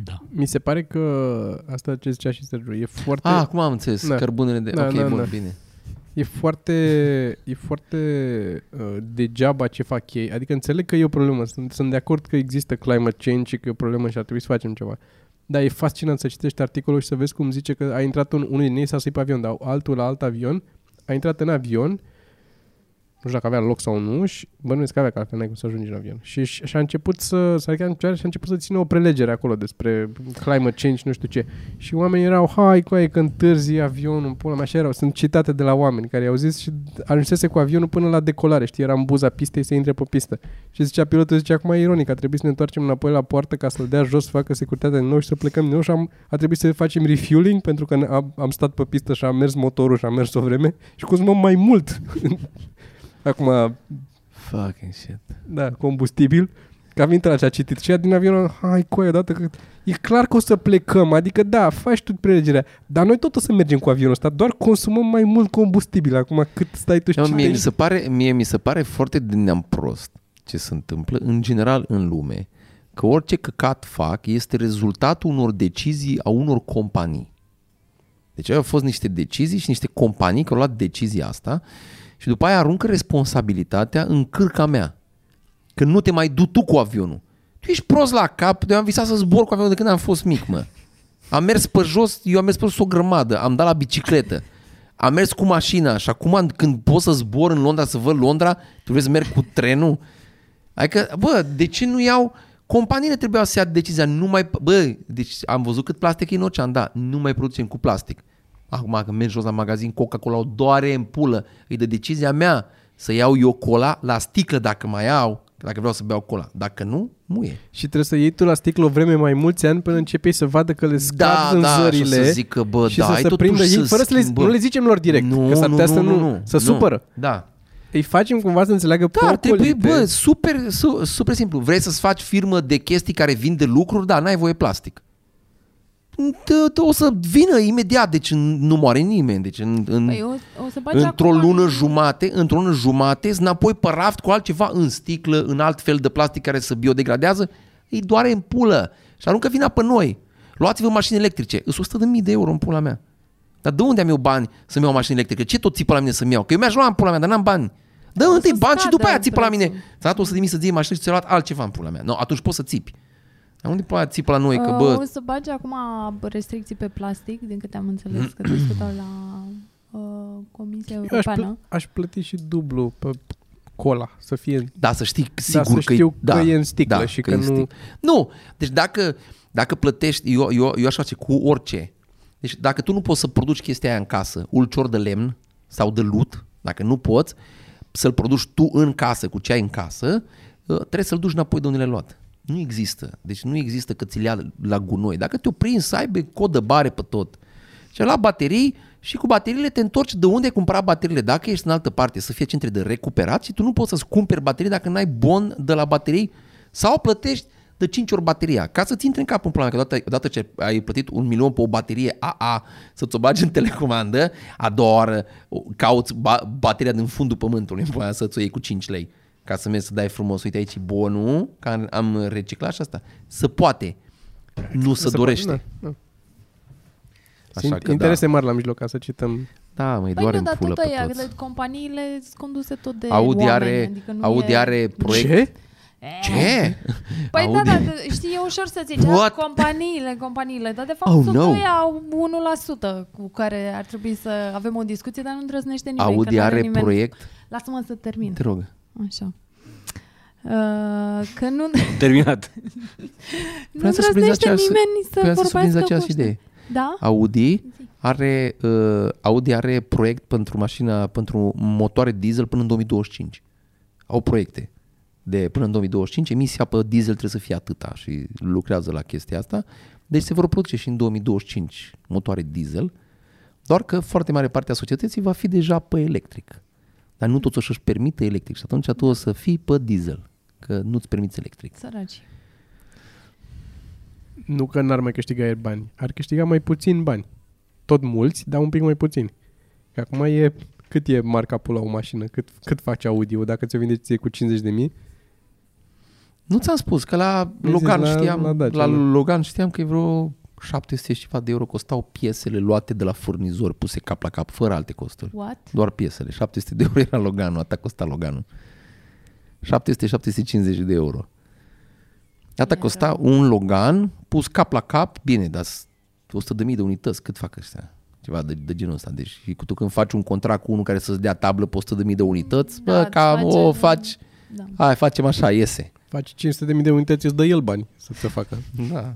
Speaker 4: da.
Speaker 1: Mi se pare că asta ce zicea și Sergiu, e foarte...
Speaker 2: Ah, acum am înțeles.
Speaker 1: Da.
Speaker 2: Cărbunele de...
Speaker 1: Da,
Speaker 2: ok,
Speaker 1: da,
Speaker 2: bun,
Speaker 1: da.
Speaker 2: bine.
Speaker 1: E foarte, e foarte uh, degeaba ce fac ei. Adică înțeleg că e o problemă. Sunt, sunt de acord că există climate change și că e o problemă și ar trebui să facem ceva. Dar e fascinant să citești articolul și să vezi cum zice că a intrat un, unul din ei s-a suit pe avion, dar altul la alt avion a intrat în avion nu știu dacă avea loc sau nu și bănuiesc că avea, că altfel n-ai cum să ajungi în avion. Și, și, și a început să s-a ridicat în picioare și a început să țină o prelegere acolo despre climate change, nu știu ce. Și oamenii erau, hai cu aia că întârzi avionul, pula mea, așa erau. Sunt citate de la oameni care i-au zis și ajunsese cu avionul până la decolare, știi, era în buza pistei să intre pe pistă. Și zicea pilotul, zicea, acum e ironic, a trebuit să ne întoarcem înapoi la poartă ca să-l dea jos, să facă securitatea din nou și să plecăm din nou și am, a trebuit să facem refueling pentru că ne- am, am stat pe pistă și am mers motorul și am mers o vreme și consumăm mai mult. Acum
Speaker 2: Fucking shit.
Speaker 1: da, combustibil, că am intrat și a citit. Și ea din avion, hai cu aia odată, că e clar că o să plecăm, adică da, faci tu prelegerea, dar noi tot o să mergem cu avionul ăsta, doar consumăm mai mult combustibil acum cât stai tu și
Speaker 2: Da, mie, mi
Speaker 1: citești.
Speaker 2: se pare, mie mi se pare foarte de neam prost ce se întâmplă în general în lume, că orice căcat fac este rezultatul unor decizii a unor companii. Deci au fost niște decizii și niște companii care au luat decizia asta și după aia aruncă responsabilitatea în cârca mea. Că nu te mai du tu cu avionul. Tu ești prost la cap, eu am visat să zbor cu avionul de când am fost mic, mă. Am mers pe jos, eu am mers pe jos o grămadă, am dat la bicicletă. Am mers cu mașina și acum când pot să zbor în Londra, să văd Londra, tu vrei să merg cu trenul? Adică, bă, de ce nu iau... Companiile trebuiau să ia decizia, nu mai... Bă, deci am văzut cât plastic e în ocean, da, nu mai producem cu plastic. Acum când mergi jos la magazin, Coca-Cola o doare în pulă, îi dă decizia mea să iau eu cola la sticlă dacă mai au, Dacă vreau să beau cola. Dacă nu, muie.
Speaker 1: Și trebuie să iei tu la sticlă o vreme mai mulți ani până începi să vadă că le scad în
Speaker 2: și o
Speaker 1: zările.
Speaker 2: Da, să zică, bă,
Speaker 1: și
Speaker 2: da,
Speaker 1: să
Speaker 2: ai
Speaker 1: se
Speaker 2: totuși
Speaker 1: prindă
Speaker 2: să
Speaker 1: ei, fără să le,
Speaker 2: schimbăm.
Speaker 1: nu le zicem lor direct,
Speaker 2: nu,
Speaker 1: că s-ar putea să nu, să
Speaker 2: nu.
Speaker 1: supără.
Speaker 2: Da.
Speaker 1: Îi facem cumva să înțeleagă
Speaker 2: Da, ar trebui,
Speaker 1: pocolite.
Speaker 2: bă, super, su, super simplu. Vrei să-ți faci firmă de chestii care vin de lucruri? Da, n-ai voie plastic. Tă- tă- O să vină imediat, deci în- nu moare nimeni. Deci în, în,
Speaker 3: Păi o, o să faci
Speaker 2: într-o
Speaker 3: acum-
Speaker 2: lună jumate, într-o lună jumate, îți înapoi pe raft cu altceva în sticlă, în alt fel de plastic care se biodegradează, îi doare în pulă și aruncă vina pe noi. Luați-vă mașini electrice. Îs 100 de mii de euro în pula mea. Dar de unde am eu bani să-mi iau o mașină electrică? Ce tot țipă la mine să-mi iau? Că eu mi-aș lua în pula mea, dar n-am bani. Dă
Speaker 3: O
Speaker 2: întâi
Speaker 3: să
Speaker 2: bani și
Speaker 3: scadă
Speaker 2: după aia țipă la mine.
Speaker 3: prețul.
Speaker 2: Ți-a dat 100 de mii să-ți iei mașină și ți-a luat altceva în pula mea. No, atunci poți să țipi. Dar unde pula aia țipă la noi? Păi Că
Speaker 3: Uh,
Speaker 2: bă,
Speaker 3: O să bagi acum restricții pe plastic, din câte am înțeles că discutau la uh, Comisia
Speaker 1: Eu aș,
Speaker 3: Europeană.
Speaker 1: pl-
Speaker 2: Păi
Speaker 1: aș plăti și dublu pe cola, să fie
Speaker 2: Da, să știi sigur
Speaker 1: să
Speaker 2: că,
Speaker 1: știu
Speaker 2: e, da,
Speaker 1: că e în sticlă
Speaker 2: da,
Speaker 1: și
Speaker 2: e
Speaker 1: că
Speaker 2: în
Speaker 1: nu-
Speaker 2: sticlă. Nu, deci dacă, dacă plătești, eu, eu, eu aș face cu orice. Deci dacă tu nu poți să produci chestia aia în casă, ulcior de lemn sau de lut, dacă nu poți, să-l produci tu în casă cu ce ai în casă, ă, trebuie să-l duci înapoi de unde l-ai luat. Nu există. Deci nu există că ți-l ia la gunoi. Dacă te-o prinzi să aibă cod de bare pe tot. Și la baterii și cu bateriile te întorci de unde ai cumpărat bateriile. Dacă ești în altă parte, să fie centre de recuperat și tu nu poți să-ți cumperi baterii dacă n-ai bon de la baterii sau plătești de 5 ori bateria, ca să-ți intre în cap în plan, că odată, odată ce ai plătit un milion pe o baterie AA să ți-o bagi în telecomandă, a doua oară o- cauți ba- bateria din fundul pământului, în plan, să-ți o iei cu 5 lei, ca să mergi să dai frumos, uite aici e bonul, că am- am reciclat și asta. Să poate, nu se
Speaker 1: se
Speaker 2: dorește.
Speaker 1: Poate, da, da.
Speaker 2: Așa
Speaker 1: Sunt
Speaker 2: că
Speaker 1: interese mari la mijloc ca să cităm.
Speaker 2: Da, mă, îi
Speaker 3: Păi
Speaker 2: doare
Speaker 3: nu,
Speaker 2: în
Speaker 3: dar
Speaker 2: pulă
Speaker 3: tot
Speaker 2: pe
Speaker 3: aia,
Speaker 2: toți.
Speaker 3: că companiile sunt conduse tot de
Speaker 2: Audi
Speaker 3: oameni,
Speaker 2: are,
Speaker 3: adică nu
Speaker 2: Audi
Speaker 3: e... Eh,
Speaker 2: are proiect.
Speaker 1: Ce?
Speaker 2: Ce?
Speaker 3: Păi
Speaker 2: Audi?
Speaker 3: da, da, că știi, e ușor să zici,
Speaker 2: What?
Speaker 3: What? companiile, companiile, dar de fapt
Speaker 2: Oh,
Speaker 3: oh, sunt
Speaker 2: no.
Speaker 3: no. aia 1% cu care ar trebui să avem o discuție, dar nu îndrăznește nimeni. că
Speaker 2: Audi
Speaker 3: nu are
Speaker 2: are
Speaker 3: nimeni...
Speaker 2: proiect.
Speaker 3: Lasă-mă să termin.
Speaker 2: Te rog.
Speaker 3: Așa. Uh, că nu,
Speaker 4: Terminat.
Speaker 3: nu
Speaker 2: să surprinzi
Speaker 3: îndrăznește
Speaker 2: aceeași-
Speaker 3: nimeni să
Speaker 2: vreau să surprinzi
Speaker 3: vorbească
Speaker 2: aceeași
Speaker 3: cu
Speaker 2: idee.
Speaker 3: Da?
Speaker 2: Audi
Speaker 3: Zi.
Speaker 2: are, uh, Audi are proiect pentru mașina, pentru motoare diesel până în 2025. Au proiecte de până în 2025, emisia pe diesel trebuie să fie atâta și lucrează la chestia asta. Deci se vor produce și în 2025 motoare diesel, doar că foarte mare parte a societății va fi deja pe electric. Dar nu toți o să-și permite electric și atunci tu o să fii pe diesel, că nu-ți permiți electric.
Speaker 3: Săraci.
Speaker 1: Nu că n-ar mai câștiga el bani. Ar câștiga mai puțin bani. Tot mulți, dar un pic mai puțin. Că acum e... Cât e marca pula o mașină? Cât, cât face Audi-ul? Dacă ți-o vindeți ție cu 50 de mii,
Speaker 2: Nu ți-am spus că la
Speaker 1: Mi-ai zis
Speaker 2: Logan
Speaker 1: Păi la-
Speaker 2: știam, la,
Speaker 1: la Dacia, nu?
Speaker 2: Logan știam că e vreo 700 și ceva de euro costau piesele luate de la furnizor puse cap la cap, fără alte costuri.
Speaker 3: What?
Speaker 2: Doar piesele. 700 de euro era Loganul, atât costa Loganul. 700-750 de euro. Atât
Speaker 3: Era.
Speaker 2: costa un Logan pus cap la cap, bine, dar s- 100 de mii de unități, cât fac ăștia? Ceva de, de genul ăsta. Deci și cu tu când faci un contract cu unul care să-ți dea tablă pe 100 de mii de unități,
Speaker 3: Da,
Speaker 2: bă,
Speaker 3: îți
Speaker 2: cam
Speaker 3: face-
Speaker 2: o faci,
Speaker 3: Da.
Speaker 2: hai, facem așa, iese.
Speaker 1: faci 500 de mii de unități, îți dă el bani să ți-o facă.
Speaker 2: Da.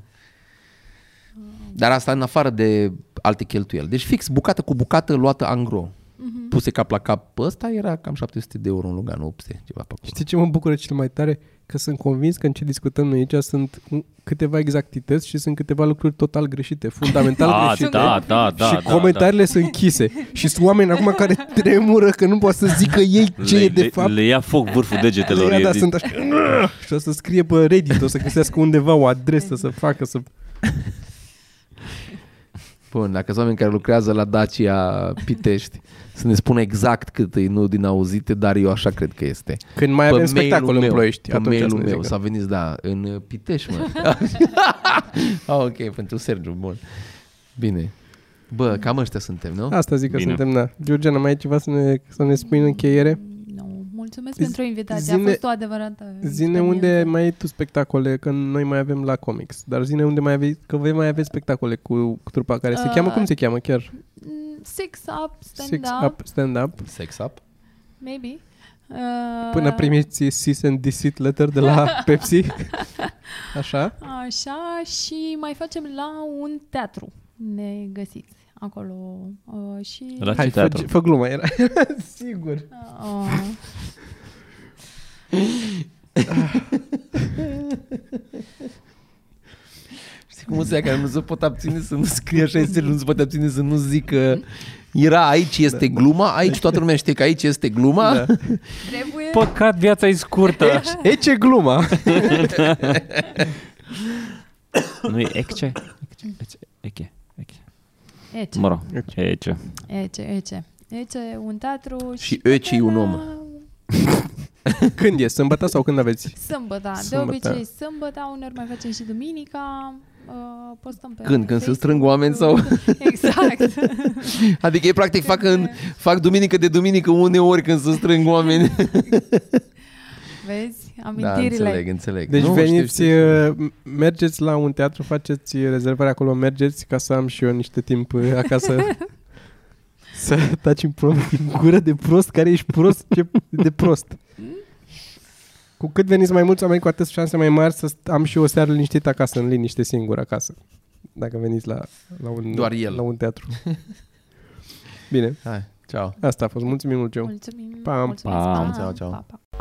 Speaker 2: Dar asta în afară de alte cheltuieli. Deci fix, bucată cu bucată, luată angro. Mm-hmm. Puse cap la cap. Ăsta era cam 700 de euro în Lugan, 800, ceva pe acolo.
Speaker 1: Știi ce mă bucură cel mai tare? Că sunt convins că în ce discutăm noi aici sunt un- câteva exactități și sunt câteva lucruri total greșite, fundamental
Speaker 2: Ah,
Speaker 4: A,
Speaker 1: greșite.
Speaker 4: da, da, da.
Speaker 1: și
Speaker 4: da,
Speaker 1: comentariile sunt închise. și sunt oameni acum care tremură că nu poate să zică ei
Speaker 4: da.
Speaker 1: ce e
Speaker 4: le,
Speaker 1: de
Speaker 4: le,
Speaker 1: fapt.
Speaker 4: Le ia foc vârful degetelor.
Speaker 1: Ia,
Speaker 4: e
Speaker 1: da,
Speaker 4: zi-
Speaker 1: sunt așa. Și o să scrie pe Reddit, o să găsească undeva o adresă să facă să...
Speaker 2: Bun, dacă sunt oameni care lucrează la Dacia Pitești, să ne spună exact cât e, nu din auzite, dar eu așa cred că este.
Speaker 1: Când mai
Speaker 2: Pe
Speaker 1: avem
Speaker 2: mailul
Speaker 1: spectacol în
Speaker 2: meu,
Speaker 1: Ploiești,
Speaker 2: Pe
Speaker 1: atunci
Speaker 2: mailul
Speaker 1: să ne
Speaker 2: meu,
Speaker 1: zică.
Speaker 2: s-a venit, da, în uh, Pitești, mă. ah, ok, pentru Sergiu, bun. Bine. Bă, cam ăștia suntem, nu?
Speaker 1: Asta zic că
Speaker 4: Bine.
Speaker 1: suntem, da. Georgiana, mai ai ceva să ne, să ne spui în încheiere?
Speaker 3: Nu, mulțumesc
Speaker 1: Zi-
Speaker 3: pentru invitație,
Speaker 1: zine-
Speaker 3: a fost o adevărată
Speaker 1: Zine unde mai ai tu spectacole, că noi mai avem la comics, dar zine unde mai aveți, că voi mai aveți spectacole cu, cu trupa care se
Speaker 3: Ah.
Speaker 1: cheamă, cum se cheamă chiar?
Speaker 3: Mm, Six up, stand
Speaker 1: Six
Speaker 3: up,
Speaker 1: Up, Stand Up.
Speaker 2: Sex up?
Speaker 3: maybe. Uh,
Speaker 1: Până primiți sis and deceit letter de la Pepsi. Așa.
Speaker 3: Așa și mai facem la un teatru. Ne găsiți acolo uh, și...
Speaker 4: La
Speaker 1: Hai,
Speaker 4: ce
Speaker 1: fă,
Speaker 4: teatru?
Speaker 1: fă glumă, era. Sigur.
Speaker 3: Uh,
Speaker 2: Știi cum ăsta care nu se pot abține să nu scrie așa este, nu se poate abține să nu zic că era aici este gluma, aici toată lumea știe că aici este gluma. Da.
Speaker 3: Trebuie...
Speaker 4: Păcat, viața e scurtă.
Speaker 1: E ce gluma!
Speaker 4: nu e ecce? Ecce, ecce, ecce, ecce.
Speaker 3: Ece.
Speaker 4: Mă rog, ecce.
Speaker 3: Ece, ece. Ece e un teatru
Speaker 2: Și Ece e un om.
Speaker 1: Când e? Sâmbătă sau când aveți?
Speaker 3: Sâmbătă. da. De
Speaker 1: Sâmbătă.
Speaker 3: obicei sâmbătă, uneori mai facem și duminica. Uh, postăm pe
Speaker 2: Când? Când se
Speaker 3: Facebook.
Speaker 2: strâng oameni sau-
Speaker 3: Exact.
Speaker 2: Adică ei practic fac, în, fac duminică de duminică uneori când se strâng oameni.
Speaker 3: Vezi?
Speaker 2: Da,
Speaker 3: Amintirile.
Speaker 2: înțeleg, înțeleg.
Speaker 1: Deci nu,
Speaker 2: știu,
Speaker 1: veniți,
Speaker 2: știu, știu.
Speaker 1: uh, mergeți la un teatru, faceți uh, rezervare acolo, mergeți ca să am și eu niște timp uh, acasă să taci în prom- din gură de prost, care ești prost, ce de prost. Cu cât veniți mai mulți oameni, cu atât șanse mai mari să st- am și eu o seară liniștită acasă, în liniște singur acasă. Dacă veniți la, la, un,
Speaker 2: Doar el.
Speaker 1: la un teatru. Bine,
Speaker 2: Hai, ceau.
Speaker 1: asta a fost. Mulțumim mult, Joe.
Speaker 3: Mulțumim.
Speaker 1: Pam.
Speaker 3: Mulțumesc.
Speaker 4: Pam.
Speaker 2: Ceau, ceau.
Speaker 3: Pa, pa.